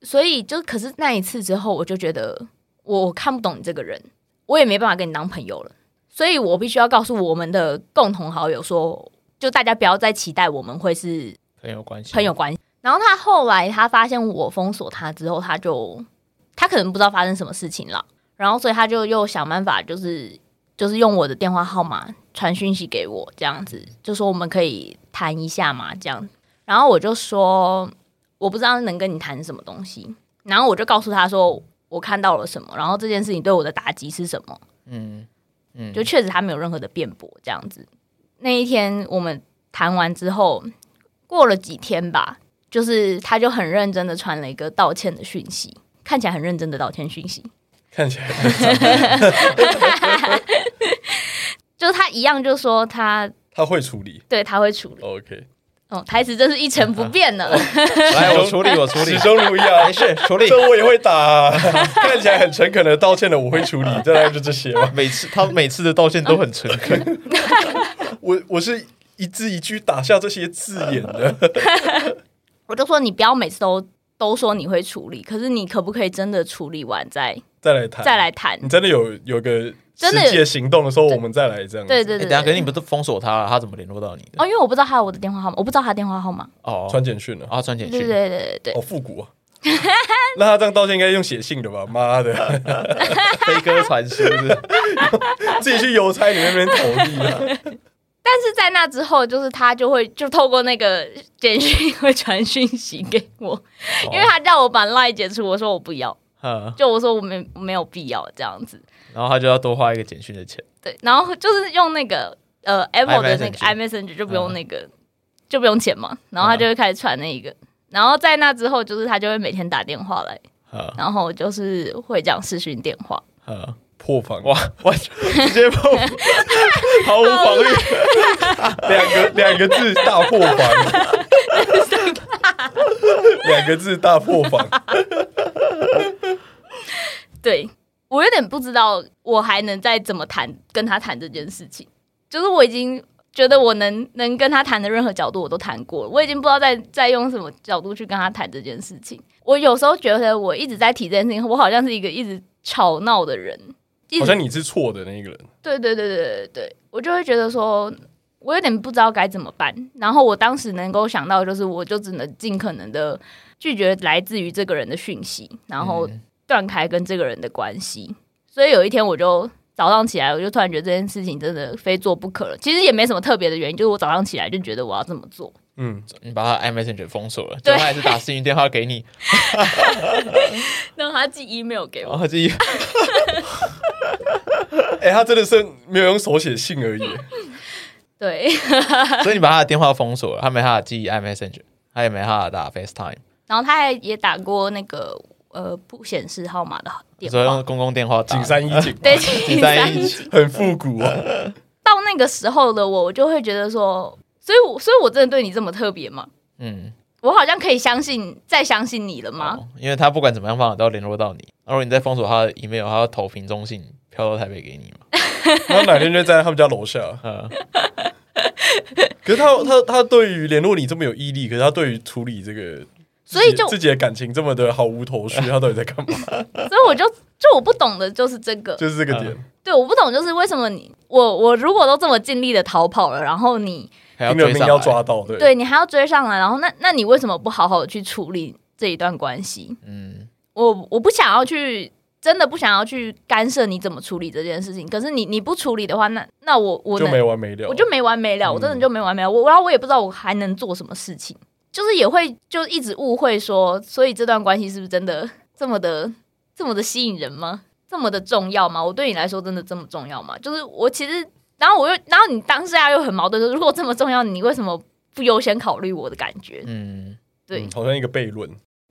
Speaker 3: 所以就可是那一次之后，我就觉得我我看不懂你这个人，我也没办法跟你当朋友了。所以我必须要告诉我们的共同好友说，就大家不要再期待我们会是
Speaker 1: 朋友关系，
Speaker 3: 朋友关系。然后他后来他发现我封锁他之后，他就他可能不知道发生什么事情了，然后所以他就又想办法，就是就是用我的电话号码传讯息给我，这样子就说我们可以谈一下嘛，这样。然后我就说我不知道能跟你谈什么东西，然后我就告诉他说我看到了什么，然后这件事情对我的打击是什么。
Speaker 1: 嗯嗯，
Speaker 3: 就确实他没有任何的辩驳，这样子。那一天我们谈完之后，过了几天吧，就是他就很认真的传了一个道歉的讯息，看起来很认真的道歉讯息，
Speaker 2: 看起来
Speaker 3: 就是他一样就说他
Speaker 2: 他会处理。
Speaker 3: 对他会处理，
Speaker 2: OK，
Speaker 3: 哦，台词真是一成不变呢。
Speaker 1: 嗯来我处理我处理
Speaker 2: 始，终如一啊
Speaker 1: 没，事处理。
Speaker 2: 这我也会打啊、 看起来很诚恳的道歉的，我会处理。再来就这些吧。
Speaker 1: 每次他每次的道歉都很诚
Speaker 3: 嗯
Speaker 1: 恳，
Speaker 2: 我我是一字一句打下这些字眼的。
Speaker 3: 我就说你不要每次都都说你会处理，可是你可不可以真的处理完再
Speaker 2: 再来
Speaker 1: 嗯
Speaker 2: 谈，
Speaker 3: 再来谈？
Speaker 2: 你真的有有个
Speaker 3: 真的有
Speaker 2: 实际的行动的时候，我们再来这样子。
Speaker 3: 对对
Speaker 1: 哎
Speaker 3: 对
Speaker 1: 等一下，可
Speaker 3: 对
Speaker 1: 是你不是封锁他了，他怎么联络到你的？
Speaker 3: 哦，因为我不知道他有我的电话号码，我不知道他的电话号码。
Speaker 1: 哦，
Speaker 2: 传简讯了，
Speaker 1: 啊传简
Speaker 3: 对对
Speaker 1: 讯，
Speaker 3: 对对对
Speaker 2: 好复古啊。 那他这样道歉应该用写信的吧？妈 的，
Speaker 1: 飞鸽传书是不是？
Speaker 2: 自己去邮差里面那边投递啊！
Speaker 3: 但是在那之后，就是他就会就透过那个简讯 会传讯息给我，
Speaker 1: 哦
Speaker 3: 因为他叫我把 LINE 解除，我说我不要，
Speaker 1: 嗯，
Speaker 3: 就我说我没没有必要这样子。
Speaker 1: 然后他就要多花一个简讯的钱。
Speaker 3: 对，然后就是用那个呃 Apple 的那个
Speaker 1: iMessage 嗯
Speaker 3: iMessage 就不用那个、就不用钱嘛，然后他就会开始传那一个。然后在那之后，就是他就会每天打电话来，
Speaker 1: 嗯
Speaker 3: 然后就是会讲视讯电话。
Speaker 1: 嗯，
Speaker 2: 啊破防哇，
Speaker 1: 哇，完全直接破，毫无防御。
Speaker 2: 两个两个字大破防，两个字大破防。
Speaker 3: 对我有点不知道我还能再怎么谈跟他谈这件事情，就是我已经觉得我能能跟他谈的任何角度我都谈过了，我已经不知道再再用什么角度去跟他谈这件事情。我有时候觉得我一直在提这件事情，我好像是一个一直吵闹的人， 一
Speaker 2: 好
Speaker 3: 直
Speaker 2: 像你是错的那一个人，
Speaker 3: 对对对对对对，我就会觉得说。我有点不知道该怎么办，然后我当时能够想到的就是，我就只能尽可能的拒绝来自于这个人的讯息，然后
Speaker 1: 嗯
Speaker 3: 断开跟这个人的关系。所以有一天我就早上起来，我就突然觉得这件事情真的非做不可了。其实也没什么特别的原因，就是我早上起来就觉得我要这么做。
Speaker 2: 嗯，
Speaker 1: 你把他 iMessage 封锁了，
Speaker 3: 对
Speaker 1: 就他还是打私讯电话给 你，
Speaker 3: 然后他寄 email 给
Speaker 1: 然
Speaker 3: 我，
Speaker 1: 后哦自己
Speaker 2: 哎、他真的是没有用手写信而 已，
Speaker 3: 对，
Speaker 1: 所以你把他的电话封锁了，他没他的记忆 iMessage，他也没他的打 FaceTime，
Speaker 3: 然后他还也打过那个呃不显示号码的电
Speaker 1: 所以
Speaker 3: 话
Speaker 1: 用，公共电话打
Speaker 2: 景。山一景，
Speaker 3: 对，请
Speaker 1: 三一
Speaker 3: 删
Speaker 2: 很复古啊，
Speaker 3: 到那个时候的我，我就会觉得说，所以我所以我真的对你这么特别吗？
Speaker 1: 嗯，
Speaker 3: 我好像可以相信再相信你了吗？
Speaker 1: 哦因为他不管怎么样方法都要联络到你，然后你再封锁他的 email，他要投屏中信飘到台北给你嘛。
Speaker 2: 然后哪天就站在他们家楼下。
Speaker 1: 嗯，
Speaker 2: 可是他他他对于联络你这么有毅力，可是他对于处理这个自己，
Speaker 3: 所以就
Speaker 2: 自己的感情这么的毫无 头绪，他到底在干 嘛？
Speaker 3: 所以我就就我不懂的就是这个，
Speaker 2: 就是这个点，
Speaker 3: 对，我不懂，就是为什么你我我如果都这么尽力的逃跑了，然后你
Speaker 1: 还要
Speaker 2: 拼了
Speaker 1: 追
Speaker 2: 命
Speaker 1: 上
Speaker 2: 要
Speaker 1: 来
Speaker 2: 抓到，对，
Speaker 3: 对你还要追上来，然后那那你为什么不好好的去处理这一段关系？
Speaker 1: 嗯，
Speaker 3: 我我不想要去，真的不想要去干涉你怎么处理这件事情。可是你你不处理的话，那那我我
Speaker 2: 就
Speaker 3: 能
Speaker 2: 没完没了。
Speaker 3: 我就没完没了，我真的就没完没了。我然后我也不知道我还能做什么事情，就是也会就一直误会说，所以这段关系是不是真的这么的这么的吸引人吗？这么的重要吗？我对你来说真的这么重要吗？就是我其实，然后我又，然后你当下又很矛盾，说如果这么重要，你为什么不优先考虑我的感觉？
Speaker 1: 嗯，
Speaker 3: 对
Speaker 2: 嗯，好像一个悖论。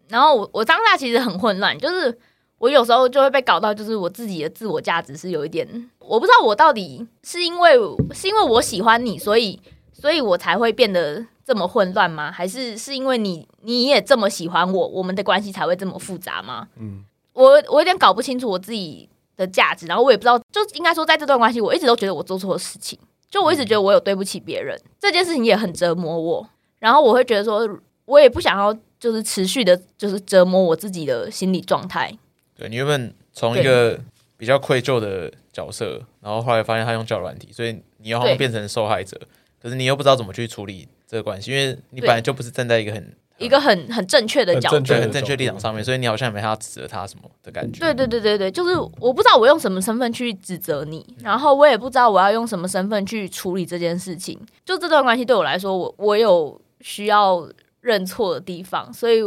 Speaker 3: 然后我我当下其实很混乱，就是我有时候就会被搞到，就是我自己的自我价值是有一点，我不知道我到底是因为是因为我喜欢你，所以所以我才会变得这么混乱吗？还是是因为你你也这么喜欢我，我们的关系才会这么复杂吗？
Speaker 2: 嗯，
Speaker 3: 我我有点搞不清楚我自己的价值，然后我也不知道，就应该说在这段关系，我一直都觉得我做错事情，就我一直觉得我有对不起别人，这件事情也很折磨我。然后我会觉得说，我也不想要就是持续的，就是折磨我自己的心理状态。
Speaker 1: 对你原本从一个比较愧疚的角色，然后后来发现他用交友软体，所以你又好像
Speaker 3: 对
Speaker 1: 变成受害者，可是你又不知道怎么去处理这个关系，因为你
Speaker 3: 对
Speaker 1: 本来就不是站在一个很
Speaker 3: 一个很很正确的角
Speaker 2: 很正
Speaker 3: 度，
Speaker 2: 确
Speaker 1: 对
Speaker 2: 的
Speaker 1: 很正确的立
Speaker 2: 角度
Speaker 1: 场上面，所以你好像也没办法指责他什么的感觉。
Speaker 3: 对对对对对，就是我不知道我用什么身份去指责你，然后我也不知道我要用什么身份去处理这件事情。就这段关系对我来说，我我有需要认错的地方，所以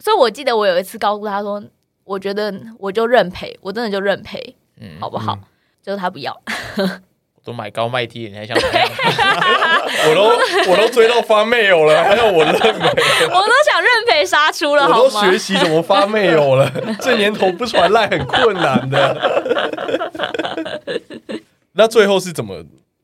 Speaker 3: 所以我记得我有一次告诉他说，我觉得我就认赔，我真的就认赔，
Speaker 1: 嗯
Speaker 3: 好不好？ 就是他不要，
Speaker 1: 都买高卖低，你还想怎么 样？
Speaker 2: 我 都我都追到发 mail 了，还要我认为，
Speaker 3: 我都想认赔杀出了，
Speaker 2: 我
Speaker 3: 好
Speaker 2: 都学
Speaker 3: 吗？
Speaker 2: 习怎么发 mail 了。这年头不传赖很困难的。 那最后是怎么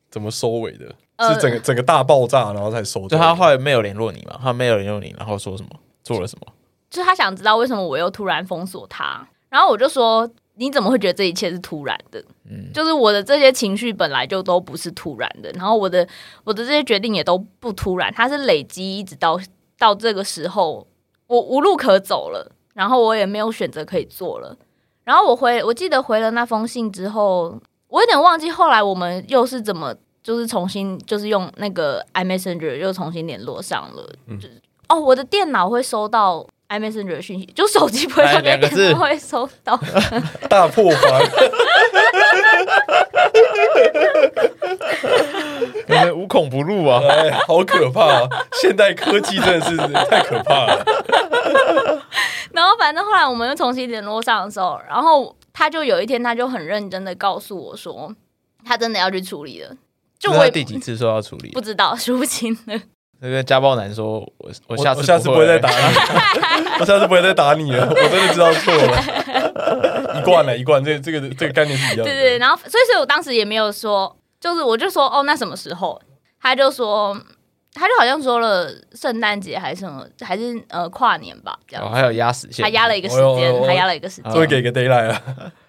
Speaker 2: 怎么收尾的？
Speaker 3: 呃
Speaker 2: 是整个整个大爆炸，然后才收。
Speaker 1: 就他后来没有联络你嘛，他没有联络你，然后说什么？做了什 么？
Speaker 3: 就是他想知道为什么我又突然封锁他，然后我就说。你怎么会觉得这一切是突然的？
Speaker 1: 嗯，
Speaker 3: 就是我的这些情绪本来就都不是突然的，然后我的我的这些决定也都不突然，它是累积一直到到这个时候，我无路可走了，然后我也没有选择可以做了。然后我回，我记得回了那封信之后，我有点忘记后来我们又是怎么，就是重新就是用那个 iMessenger 又重新联络上了。
Speaker 2: 嗯
Speaker 3: 就是哦，我的电脑会收到 iMessenger 的讯息，就手机不会
Speaker 1: 哎
Speaker 3: 收到，
Speaker 1: 两个字
Speaker 3: 电脑会收到。
Speaker 2: 大破防，
Speaker 1: 你们无孔不入啊！
Speaker 2: 哎，好可怕、啊！现代科技真的是太可怕了。
Speaker 3: 然后反正后来我们又重新联络上的时候，然后他就有一天他就很认真的告诉我说，他真的要去处理了。就
Speaker 1: 那
Speaker 3: 我
Speaker 1: 他
Speaker 3: 也
Speaker 1: 第几次说要处理
Speaker 3: 不？知道数不清了。
Speaker 1: 那个家暴男说：“我我
Speaker 2: 我
Speaker 1: 下次
Speaker 2: 我下次不会再打你， 我下次不会再打你了。我真的知道错了，一贯啊了，一贯，这个这个这个概念是一样的。
Speaker 3: 对对，对然后所以所以我当时也没有说，就是我就说哦，那什么时候？他就说，他就好像说了圣诞节还是什么，还是呃跨年吧，这
Speaker 1: 哦，
Speaker 3: 样。
Speaker 1: 还有压死线，
Speaker 3: 他压了一个时
Speaker 2: 哦哟
Speaker 3: 间
Speaker 2: 哦，哟
Speaker 3: 他压了一个时间，
Speaker 2: 终于给一个 d a y l i g h t 了，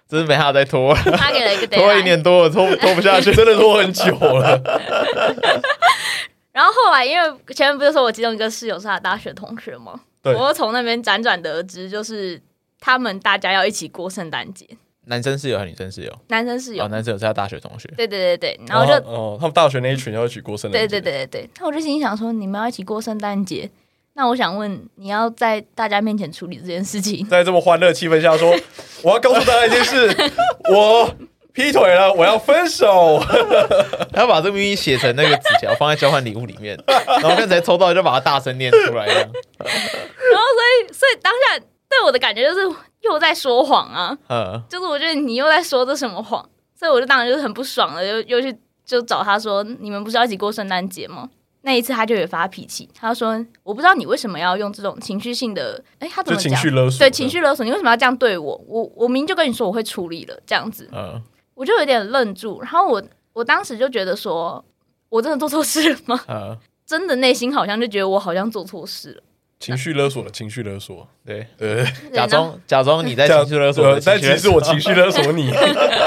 Speaker 1: 真是没他再拖了，
Speaker 3: 他给了一个
Speaker 1: 拖了一
Speaker 3: deadline。
Speaker 1: 年多了，拖拖不下去，
Speaker 2: 真的拖很久了。
Speaker 3: 然后后来，因为前面不是说我其中一个室友是他大学同学吗？
Speaker 2: 对
Speaker 3: 我又从那边辗转得知，就是他们大家要一起过圣诞节，
Speaker 1: 男生室友和女生室友，
Speaker 3: 男生室友，
Speaker 1: 哦，男生室友是他大学同学，
Speaker 3: 对对对对，然后就、
Speaker 2: 哦，他们大学那一群要一起过圣诞
Speaker 3: 对
Speaker 2: 节，
Speaker 3: 对对对对，那我就心想说，你们要一起过圣诞节，那我想问，你要在大家面前处理这件事情，
Speaker 2: 在这么欢乐气氛下说，我要告诉大家一件事，我劈腿了，我要分 手。
Speaker 1: 他把这个秘密写成那个纸条，放在交换礼物里面，然后刚才抽到就把它大声念出来这样，
Speaker 3: 所以当下对我的感觉就是又在说谎啊，
Speaker 1: 嗯，
Speaker 3: 就是我觉得你又在说这什么谎，所以我就当然就是很不爽了，又又去就找他说，你们不是要一起过圣诞节吗？那一次他就也发脾气，他说我不知道你为什么要用这种情绪性的，哎，他怎
Speaker 2: 就
Speaker 3: 么
Speaker 2: 情
Speaker 3: 讲
Speaker 2: 绪？勒索，
Speaker 3: 对情绪勒索，你为什么要这样对我？我我明就跟你说我会处理了，这样子，
Speaker 1: 嗯，
Speaker 3: 我就有点愣住。然后我我当时就觉得说，我真的做错事了吗？
Speaker 2: 啊
Speaker 1: 嗯，
Speaker 3: 真的内心好像就觉得我好像做错事了，
Speaker 2: 情绪勒索的情绪勒索，
Speaker 1: 对，
Speaker 2: 呃，
Speaker 3: 啊
Speaker 1: 假装假装你在
Speaker 2: 这样
Speaker 1: 情绪勒索我的
Speaker 2: 呃
Speaker 1: 情
Speaker 2: 但
Speaker 1: 绪勒索，
Speaker 2: 其实是我情绪勒索你。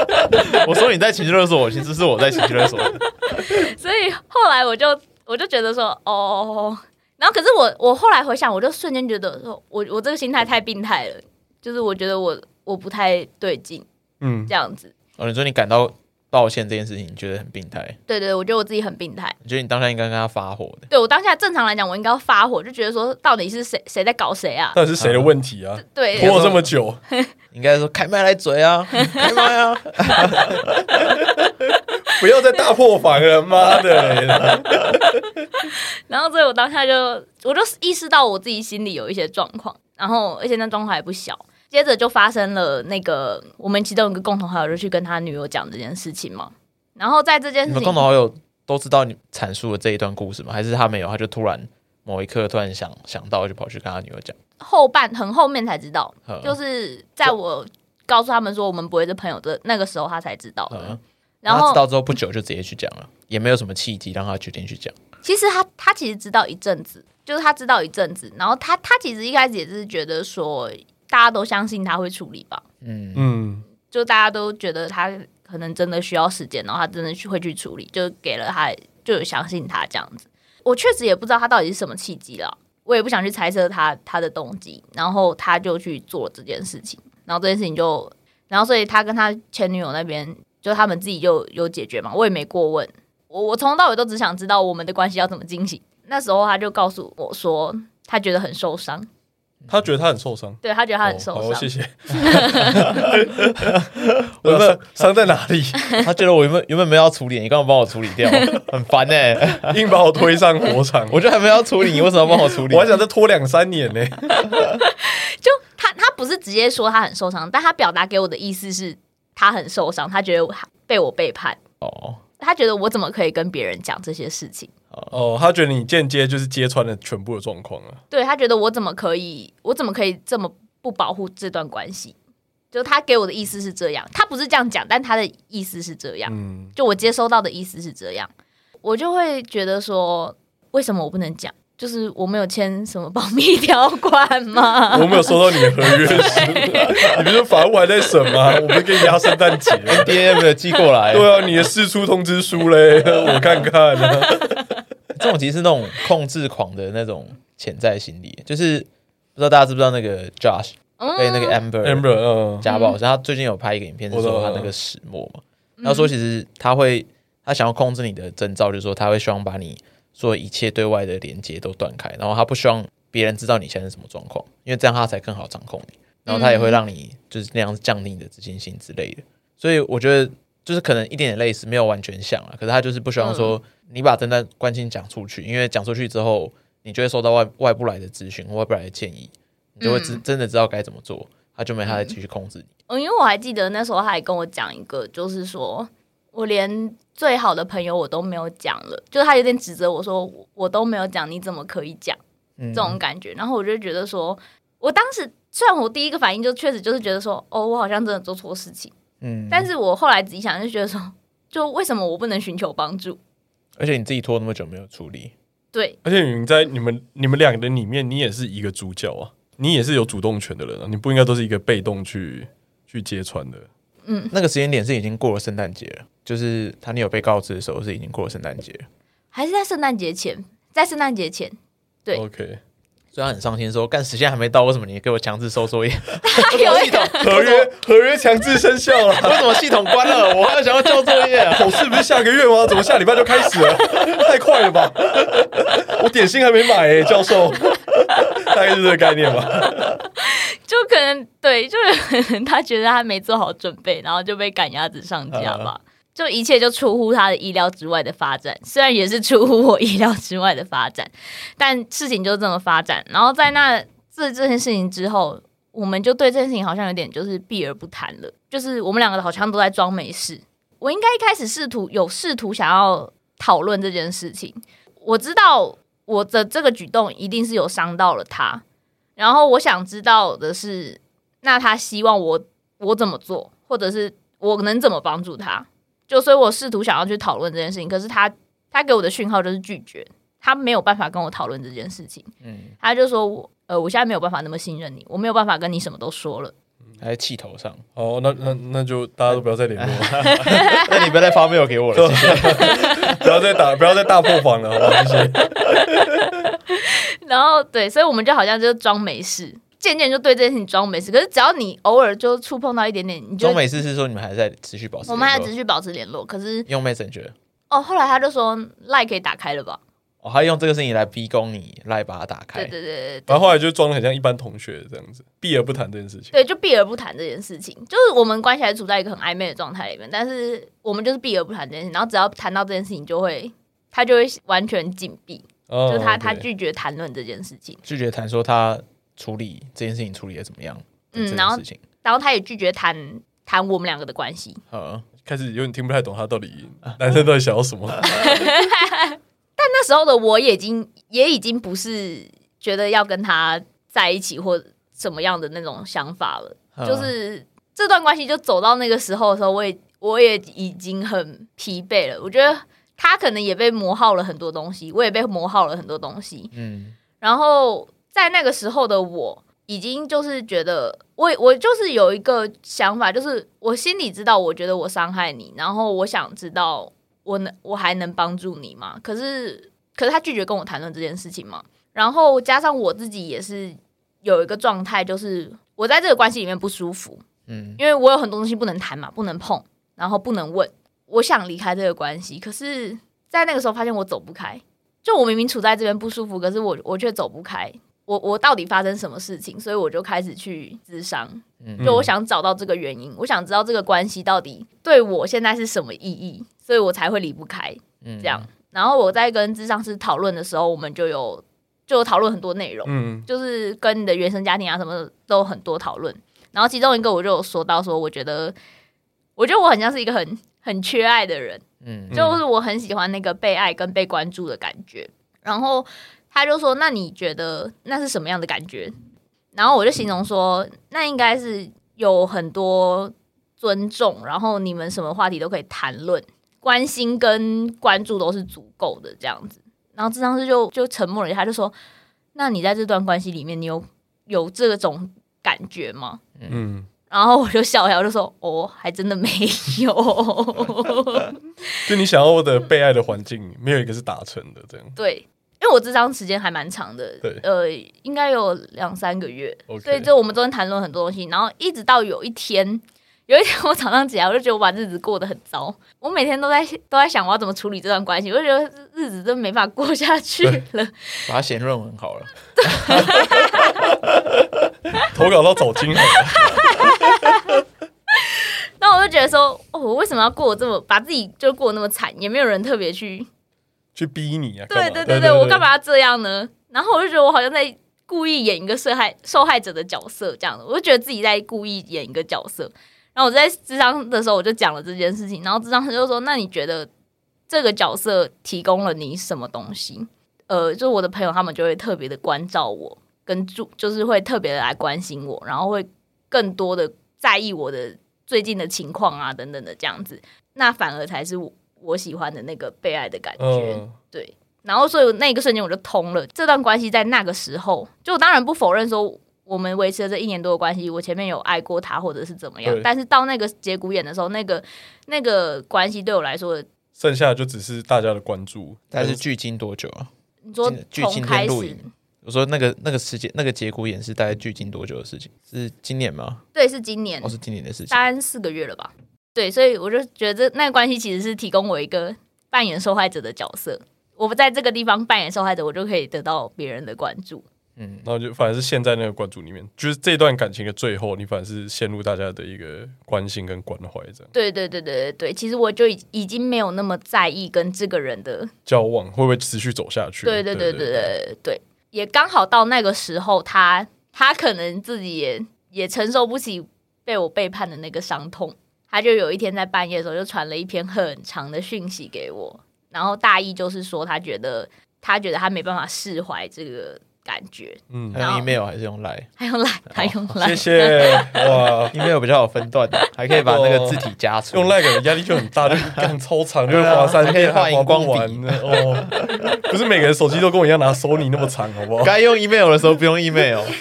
Speaker 1: 我说你在情绪勒索我，其实是我在情绪 勒索你，
Speaker 3: 所以后来我就我就觉得说，哦，然后可是我我后来回想，我就瞬间觉得说，我我这个心态太病态了，就是我觉得我我不太对劲
Speaker 2: 嗯，
Speaker 3: 这样子。
Speaker 1: 哦，你说你感到抱歉这件事情，你觉得很病态，
Speaker 3: 对对，我觉得我自己很病态。
Speaker 1: 你觉得你当下应该跟他发火的，
Speaker 3: 对我当下正常来讲，我应该要发火，就觉得说到底是谁谁在搞 谁啊？
Speaker 2: 到底是谁的问题啊？
Speaker 3: 对，
Speaker 2: 拖了这么久，
Speaker 1: 应该说开麦来嘴啊，开麦啊，
Speaker 2: 不要再大破防 了，妈的！
Speaker 3: 然后所以我当下就我就意识到我自己心里有一些状况，然后而且那状况还不小，接着就发生了那个我们其中有一个共同好友就去跟他女友讲这件事情嘛。然后在这件
Speaker 1: 你
Speaker 3: 事
Speaker 1: 们共
Speaker 3: 情
Speaker 1: 同，好友都知道你阐述的这一段故事吗？还是他没有，他就突然某一刻突然想想到，就跑去跟他女友讲？
Speaker 3: 后半很后面才知道，
Speaker 1: 嗯
Speaker 3: 就是在我告诉他们说我们不会是朋友的那个时候，他才知道的。
Speaker 1: 嗯，
Speaker 3: 然
Speaker 1: 他
Speaker 3: 后
Speaker 1: 知道之后不久就直接去讲了，也没有什么契机让他决定去讲。
Speaker 3: 其实他他其实知道一阵子，就是他知道一阵子，然后他他其实一开始也是觉得说大家都相信他会处理吧，
Speaker 1: 嗯，
Speaker 2: 嗯，
Speaker 3: 就大家都觉得他可能真的需要时间，然后他真的去会去处理，就给了他就有相信他这样子。我确实也不知道他到底是什么契机了，我也不想去猜测他他的动机，然后他就去做这件事情，然后这件事情就，然后所以他跟他前女友那边就他们自己就有解决嘛，我也没过问，我我从头到尾都只想知道我们的关系要怎么进行。那时候他就告诉我说，他觉得很受伤，
Speaker 2: 他觉得他很受伤，
Speaker 3: 对他觉得他很
Speaker 2: 哦
Speaker 3: 受
Speaker 2: 好，谢
Speaker 3: 伤，
Speaker 2: 谢。
Speaker 1: 我原本
Speaker 2: 伤在哪里？
Speaker 1: 他觉得我原本原本没有要处理，你刚刚帮我处理 掉，很烦呢、
Speaker 2: 硬把我推上火 场，
Speaker 1: 我就还没有要处理，你为什么要帮我处理？
Speaker 2: 我还想再拖两三年呢。
Speaker 3: 就他他不是直接说他很受伤，但他表达给我的意思是他很受伤，他觉得我被我背叛，
Speaker 1: 哦，
Speaker 3: 他觉得我怎么可以跟别人讲这些事情？
Speaker 2: 哦，他觉得你间接就是揭穿了全部的状况啊。
Speaker 3: 对他觉得我怎么可以，我怎么可以这么不保护这段关系？就他给我的意思是这样，他不是这样讲，但他的意思是这样。
Speaker 2: 嗯，
Speaker 3: 就我接收到的意思是这样，我就会觉得说，为什么我不能讲？就是我没有签什么保密条款吗？
Speaker 2: 我没有收到你的合约书，你不是法务还在审吗？我们给你压圣诞节。
Speaker 1: 爹没有寄过来，
Speaker 2: 对啊，你的事出通知书嘞，我看看啊。
Speaker 1: 这种其实是那种控制狂的那种潜在心理，就是不知道大家知不知道那个 Josh 被那个 Amber
Speaker 2: Amber，嗯，
Speaker 1: 家暴，是他最近有拍一个影片，是
Speaker 2: 我懂
Speaker 1: 说他那个始末嘛。他说其实他会，他想要控制你的征兆，就是说他会希望把你做一切对外的连接都断开，然后他不希望别人知道你现在是什么状况，因为这样他才更好掌控你。然后他也会让你就是那样降低你的自信心之类的。所以我觉得就是可能一点点类似，没有完全像啊。可是他就是不希望说你把真的关心讲出去，因为讲出去之后，你就会收到外外部来的咨询或外部来的建议，你就会知真的知道该怎么做，他就没他再继续控制你。
Speaker 3: 嗯，因为我还记得那时候他还跟我讲一个，就是说我连最好的朋友我都没有讲了，就是他有点指责我说我我都没有讲，你怎么可以讲
Speaker 1: 嗯
Speaker 3: 这种感觉？然后我就觉得说，我当时虽然我第一个反应就确实就是觉得说，哦，我好像真的做错事情，
Speaker 1: 嗯，
Speaker 3: 但是我后来仔细想就觉得说，就为什么我不能寻求帮助？
Speaker 1: 而且你自己拖那么久没有处理，
Speaker 3: 对，
Speaker 2: 而且你们在你们你们两个人里面，你也是一个主角啊，你也是有主动权的人啊，你不应该都是一个被动去去揭穿的。
Speaker 1: 那个时间点是已经过了圣诞节了，就是他女友被告知的时候是已经过了圣诞节了，
Speaker 3: 还是在圣诞节前，在圣诞节前，对
Speaker 2: OK，
Speaker 1: 所以他很伤心说：“干时间还没到，为什么你给我强制收作业？
Speaker 3: 他有一个
Speaker 2: 合约合约强制生效啊 了。
Speaker 1: 为什么系统关了？我还想要交作业 啊！”
Speaker 2: 考试不哦是下个月吗？怎么下礼拜就开始了？太快了吧！我点心还没买诶、教授，大概是这个概念吧。
Speaker 3: 就可能对，就可能他觉得他没做好准备，然后就被赶鸭子上架吧。就一切就出乎他的意料之外的发展，虽然也是出乎我意料之外的发展，但事情就这么发展。然后在那这这件事情之后，我们就对这件事情好像有点就是避而不谈了，就是我们两个好像都在装没事。我应该一开始试图有试图想要讨论这件事情，我知道我的这个举动一定是有伤到了他，然后我想知道的是，那他希望我我怎么做，或者是我能怎么帮助他？就所以，我试图想要去讨论这件事情，可是他他给我的讯号就是拒绝，他没有办法跟我讨论这件事情。
Speaker 1: 嗯
Speaker 3: 嗯，他就说我呃，我现在没有办法那么信任你，我没有办法跟你什么都说了。
Speaker 1: 还在气头上，
Speaker 2: 好，那那那就大家都不要再联络了，
Speaker 1: 那你不要再发 mail 给 我了，谢谢。
Speaker 2: 不要再打，不要再大破防了，好吧？谢谢。
Speaker 3: 然后对，所以我们就好像就装没事，渐渐就对这件事情装没事。可是只要你偶尔就触碰到一点点，你就
Speaker 1: 中美是是说你们还在持续保持联络，
Speaker 3: 我们还要持续保持联络。可是
Speaker 1: 用 Messenger
Speaker 3: 哦，后来他就说赖可以打开了吧？
Speaker 1: 哦，还用这个事情来逼宫你，来把它打开。
Speaker 3: 对对对对对
Speaker 2: 然后后来就装的很像一般同学这样子，避而不谈这件事情。
Speaker 3: 对，就避而不谈这件事情，就是我们关系还处在一个很暧昧的状态里面，但是我们就是避而不谈这件事情，然后只要谈到这件事情，就会他就会完全禁闭，
Speaker 2: 哦
Speaker 3: 就是他他
Speaker 2: 对
Speaker 3: 拒绝谈论这件事情。
Speaker 1: 拒绝谈说他处理这件事情处理的怎么样，这
Speaker 3: 嗯
Speaker 1: 件
Speaker 3: 然后
Speaker 1: 事情，
Speaker 3: 然后他也拒绝谈谈我们两个的关系，
Speaker 1: 嗯，
Speaker 2: 开始有点听不太懂他到底男生到底想要什 么。
Speaker 3: 但那时候的我也已经也已经不是觉得要跟他在一起或什么样的那种想法了，
Speaker 1: 嗯
Speaker 3: 就是这段关系就走到那个时候的时候，我也我也已经很疲惫了。我觉得他可能也被磨耗了很多东西，我也被磨耗了很多东西。
Speaker 1: 嗯
Speaker 3: 然后在那个时候的我，已经就是觉得我我就是有一个想法，就是我心里知道，我觉得我伤害你，然后我想知道我能我还能帮助你吗？可是可是他拒绝跟我谈论这件事情嘛，然后加上我自己也是有一个状态，就是我在这个关系里面不舒服，
Speaker 1: 嗯
Speaker 3: 因为我有很多东西不能谈嘛，不能碰，然后不能问。我想离开这个关系，可是，在那个时候发现我走不开。就我明明处在这边不舒服，可是我我却走不开。我我到底发生什么事情？所以我就开始去咨商，
Speaker 1: 嗯
Speaker 3: 就我想找到这个原因，我想知道这个关系到底对我现在是什么意义，所以我才会离不开。
Speaker 1: 嗯，
Speaker 3: 这样。然后我在跟智商师讨论的时候，我们就有就有讨论很多内容，
Speaker 2: 嗯
Speaker 3: 就是跟你的原生家庭啊什么的都有很多讨论。然后其中一个我就有说到说，我觉得我觉得我很像是一个很很缺爱的人，
Speaker 1: 嗯，嗯
Speaker 3: 就是我很喜欢那个被爱跟被关注的感觉。然后他就说：“那你觉得那是什么样的感觉？”然后我就形容说：“那应该是有很多尊重，然后你们什么话题都可以谈论，关心跟关注都是足够的这样子。”然后智商师就就沉默了一下，就说：“那你在这段关系里面，你有有这种感觉吗？”
Speaker 2: 嗯，
Speaker 3: 然后我就笑一下，我就说：“哦，还真的没有。”
Speaker 2: 就你想要的被爱的环境，没有一个是达成的，这样。
Speaker 3: 对，因为我智商时间还蛮长的
Speaker 2: 对，
Speaker 3: 呃，应该有两三个月
Speaker 2: OK
Speaker 3: 所以就我们中间谈论很多东西，然后一直到有一天， 有一天我早上起来，我就觉得我把日子过得很糟，我每天都在都在想我要怎么处理这段关系，我就觉得日子真没法过下去了。
Speaker 1: 把它显润很好了，
Speaker 2: 投稿到早金好了，
Speaker 3: 那我就觉得说，哦，我为什么要过得这么把自己就过得那么惨，也没有人特别去，
Speaker 2: 去逼你啊！干
Speaker 3: 对
Speaker 2: 嘛对
Speaker 3: 对对对，我干？嘛要这样呢？然后我就觉得我好像在。故意演一个受害受害者的角色，这样的，我就觉得自己在故意演一个角色。然后我在智商的时候，我就讲了这件事情，然后智商师就说：“那你觉得这个角色提供了你什么东西？”呃，就是我的朋友他们就会特别的关照我，跟注就是会特别的来关心我，然后会更多的在意我的最近的情况啊等等的这样子。那反而才是我我喜欢的那个被爱的感觉。
Speaker 2: 嗯，
Speaker 3: 对，然后所以那一个瞬间我就通了。这段关系在那个时候，就我当然不否认说我们维持了这一年多的关系，我前面有爱过他或者是怎么样
Speaker 2: 对，
Speaker 3: 但是到那个节骨眼的时候，那个那个关系对我来说，
Speaker 2: 剩下就只是大家的关注，
Speaker 1: 但是距今多久啊？
Speaker 3: 你说
Speaker 1: 距
Speaker 3: 从
Speaker 1: 今
Speaker 3: 开
Speaker 1: 天录
Speaker 3: 始
Speaker 1: 影，我说那个那个时间那个节骨眼是大概距今多久的事情？是今年吗？
Speaker 3: 对是今年
Speaker 1: 哦，是今年的事情。
Speaker 3: 三四个月了吧？对，所以我就觉得那个关系其实是提供我一个扮演受害者的角色。我不在这个地方扮演受害者，我就可以得到别人的关注。
Speaker 1: 嗯
Speaker 2: 然后就反而是陷在那个关注里面，就是这段感情的最后，你反而是陷入大家的一个关心跟关怀这样
Speaker 3: 对对对对对对，其实我就已已经没有那么在意跟这个人的
Speaker 2: 交往会不会持续走下去？
Speaker 3: 对对对对对对，也刚好到那个时候，他他可能自己也也承受不起被我背叛的那个伤痛，他就有一天在半夜的时候就传了一篇很长的讯息给我，然后大意就是说他觉得他觉得他没办法释怀这个感觉，
Speaker 2: 嗯
Speaker 1: 还，
Speaker 3: 然
Speaker 1: 用
Speaker 3: 后
Speaker 1: email 还是用 Line？
Speaker 3: 还用来还用来
Speaker 2: 哦谢。谢哇，
Speaker 1: email 比较有分段的，还可以把那个字体加粗。
Speaker 2: 用赖感的压力就很大，就是干超长，就
Speaker 1: 对
Speaker 2: 是
Speaker 1: 啊
Speaker 2: 划三
Speaker 1: 还可以
Speaker 2: 天
Speaker 1: 画
Speaker 2: 还划
Speaker 1: 荧光
Speaker 2: 不完的哦。 不是每个人手机都跟我一样拿 Sony 那么长，好不好？
Speaker 1: 该用 email 的时候不用 email。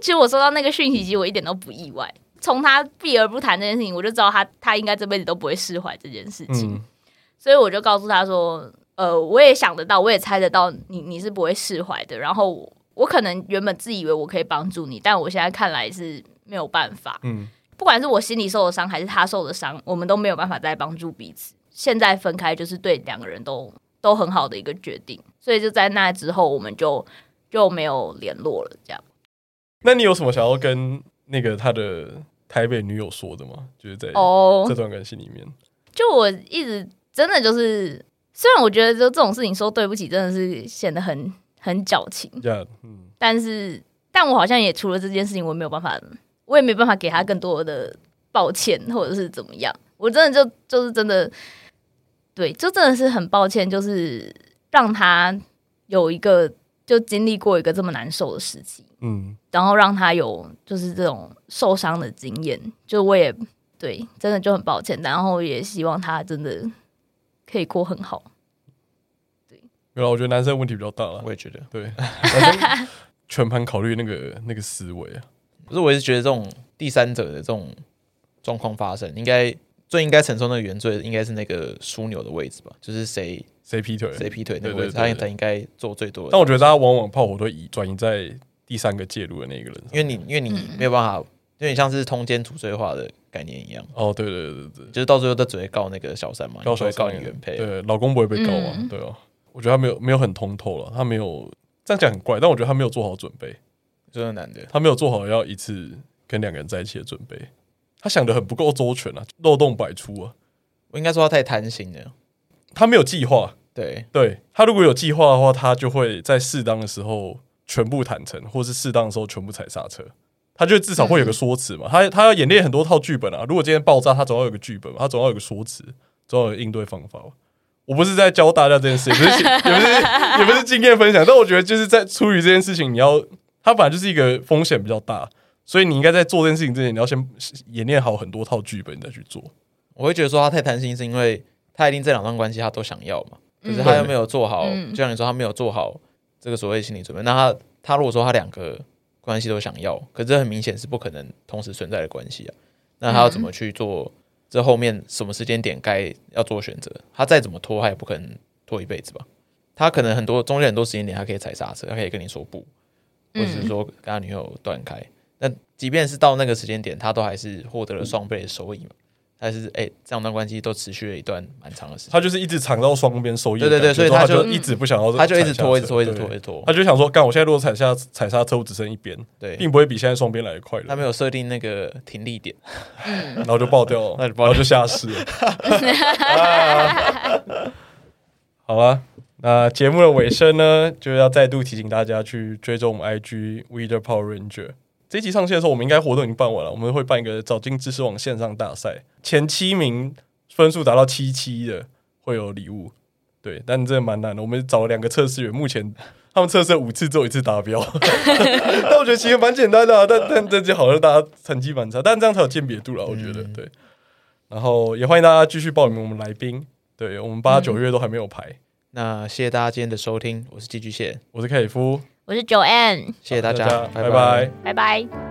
Speaker 3: 其实我收到那个讯息，其实我一点都不意外。从他避而不谈这件事情，我就知道他他应该这辈子都不会释怀这件事情。
Speaker 2: 嗯，
Speaker 3: 所以我就告诉他说，呃，我也想得到，我也猜得到你你是不会释怀的。然后我我可能原本自以为我可以帮助你，但我现在看来是没有办法。
Speaker 2: 嗯，
Speaker 3: 不管是我心里受的伤，还是他受的伤，我们都没有办法再帮助彼此。现在分开就是对两个人都都很好的一个决定。所以就在那之后，我们就就没有联络了。这样，
Speaker 2: 那你有什么想要跟那个他的台北女友说的吗？就是在
Speaker 3: 哦、
Speaker 2: 这段关系里面，
Speaker 3: 就我一直真的就是，虽然我觉得就这种事情说对不起，真的是显得很很矫情。
Speaker 2: 呀，嗯，
Speaker 3: 但是，但我好像也除了这件事情，我没有办法，我也没办法给他更多的抱歉或者是怎么样。我真的就就是真的，对，就真的是很抱歉，就是让他有一个就经历过一个这么难受的时期，
Speaker 2: 嗯，
Speaker 3: 然后让他有就是这种受伤的经验。就我也对，真的就很抱歉，然后也希望他真的可以过很好。
Speaker 2: 没有啦，我觉得男生的问题比较大了。
Speaker 1: 我也觉得。
Speaker 2: 对，男生全盘考虑那个那个思维啊，
Speaker 1: 可是我一直觉得这种第三者的这种状况发生，应该最应该承受那个原罪，应该是那个枢纽的位置吧，就是谁
Speaker 2: 谁劈腿？
Speaker 1: 谁劈腿那个
Speaker 2: 对对
Speaker 1: 位置，
Speaker 2: 对对
Speaker 1: 他他应该做最多的。
Speaker 2: 但我觉得大家往往炮火都以转移在第三个介入的那个人上。
Speaker 1: 因为你因为你没有办法，有点像是通奸除罪化的概念一样，
Speaker 2: 哦，对对对对对，
Speaker 1: 就是到最后他只会告那个小三嘛，
Speaker 2: 高
Speaker 1: 你不
Speaker 2: 手
Speaker 1: 会告你原配。啊
Speaker 2: 对，老公不会被告啊，
Speaker 3: 嗯
Speaker 2: 对啊。我觉得他没有没有很通透了，他没有这样讲很怪，但我觉得他没有做好准备，
Speaker 1: 真的男的，
Speaker 2: 他没有做好要一次跟两个人在一起的准备，他想的很不够周全啊，漏洞百出啊，
Speaker 1: 我应该说他太贪心了。
Speaker 2: 他没有计划，
Speaker 1: 对，
Speaker 2: 对他如果有计划的话，他就会在适当的时候全部坦诚，或是适当的时候全部踩刹车。他就至少会有个说辞嘛，
Speaker 1: 嗯
Speaker 2: 他他要演练很多套剧本啊。如果今天爆炸，他总要有个剧本嘛，他总要有个说辞，总要有应对方法嘛。我不是在教大家这件事，也不是 也不是也不是经验分享，但我觉得就是在出于这件事情，你要它本来就是一个风险比较大，所以你应该在做这件事情之前，你要先演练好很多套剧本，你再去做。
Speaker 1: 我会觉得说他太贪心，是因为他一定这两段关系他都想要嘛，可是他又没有做好，
Speaker 3: 嗯
Speaker 1: 就像你说他没有做好这个所谓心理准备。那他他如果说他两个关系都想要，可是这很明显是不可能同时存在的关系啊。那他要怎么去做？这后面什么时间点该要做选择？他再怎么拖，他也不可能拖一辈子吧？他可能很多中间很多时间点，他可以踩刹车，他可以跟你说不，或者是说跟他女友断开。那即便是到那个时间点，他都还是获得了双倍的收益嘛。但是，哎、这两段关系都持续了一段蛮长的时间，
Speaker 2: 他就是一直尝到双边收益的
Speaker 1: 对
Speaker 2: 感
Speaker 1: 对对
Speaker 2: 觉，
Speaker 1: 所以他
Speaker 2: 他就
Speaker 1: 就嗯
Speaker 2: 一直不想要，
Speaker 1: 他就一直拖，一直拖，一直
Speaker 2: 对
Speaker 1: 拖，一直拖。
Speaker 2: 他就想说，干，我现在如果踩下踩刹车，我只剩一边，
Speaker 1: 对，
Speaker 2: 并不会比现在双边来的快乐
Speaker 1: 他，没有设定那个停力点，
Speaker 2: 然后就爆掉了，
Speaker 1: 那
Speaker 2: 然
Speaker 1: 就爆掉
Speaker 2: 后就下市了。好了，那节目的尾声呢，就要再度提醒大家去追踪我们 IG Weeder Power Ranger。这一集上线的时候，我们应该活动已经办完了，我们会办一个早金知识网线上大赛，前七名分数达到七七的会有礼物。对，但真的蛮难的。我们找了两个测试员，目前他们测试了五次，只有一次达标。 但我觉得其实蛮简单的、啊，但但这就好像大家成绩蛮差，但这样才有鉴别度了，我觉得、对。然后也欢迎大家继续报名我们来宾，对我们八九月都还没有排。
Speaker 1: 那谢谢大家今天的收听，我是寄居蟹，
Speaker 2: 我是凯里夫，
Speaker 3: 我是 Joanne，
Speaker 1: 谢谢大
Speaker 2: 大家
Speaker 1: 家，
Speaker 2: 拜
Speaker 1: 拜
Speaker 2: 拜
Speaker 3: 拜拜。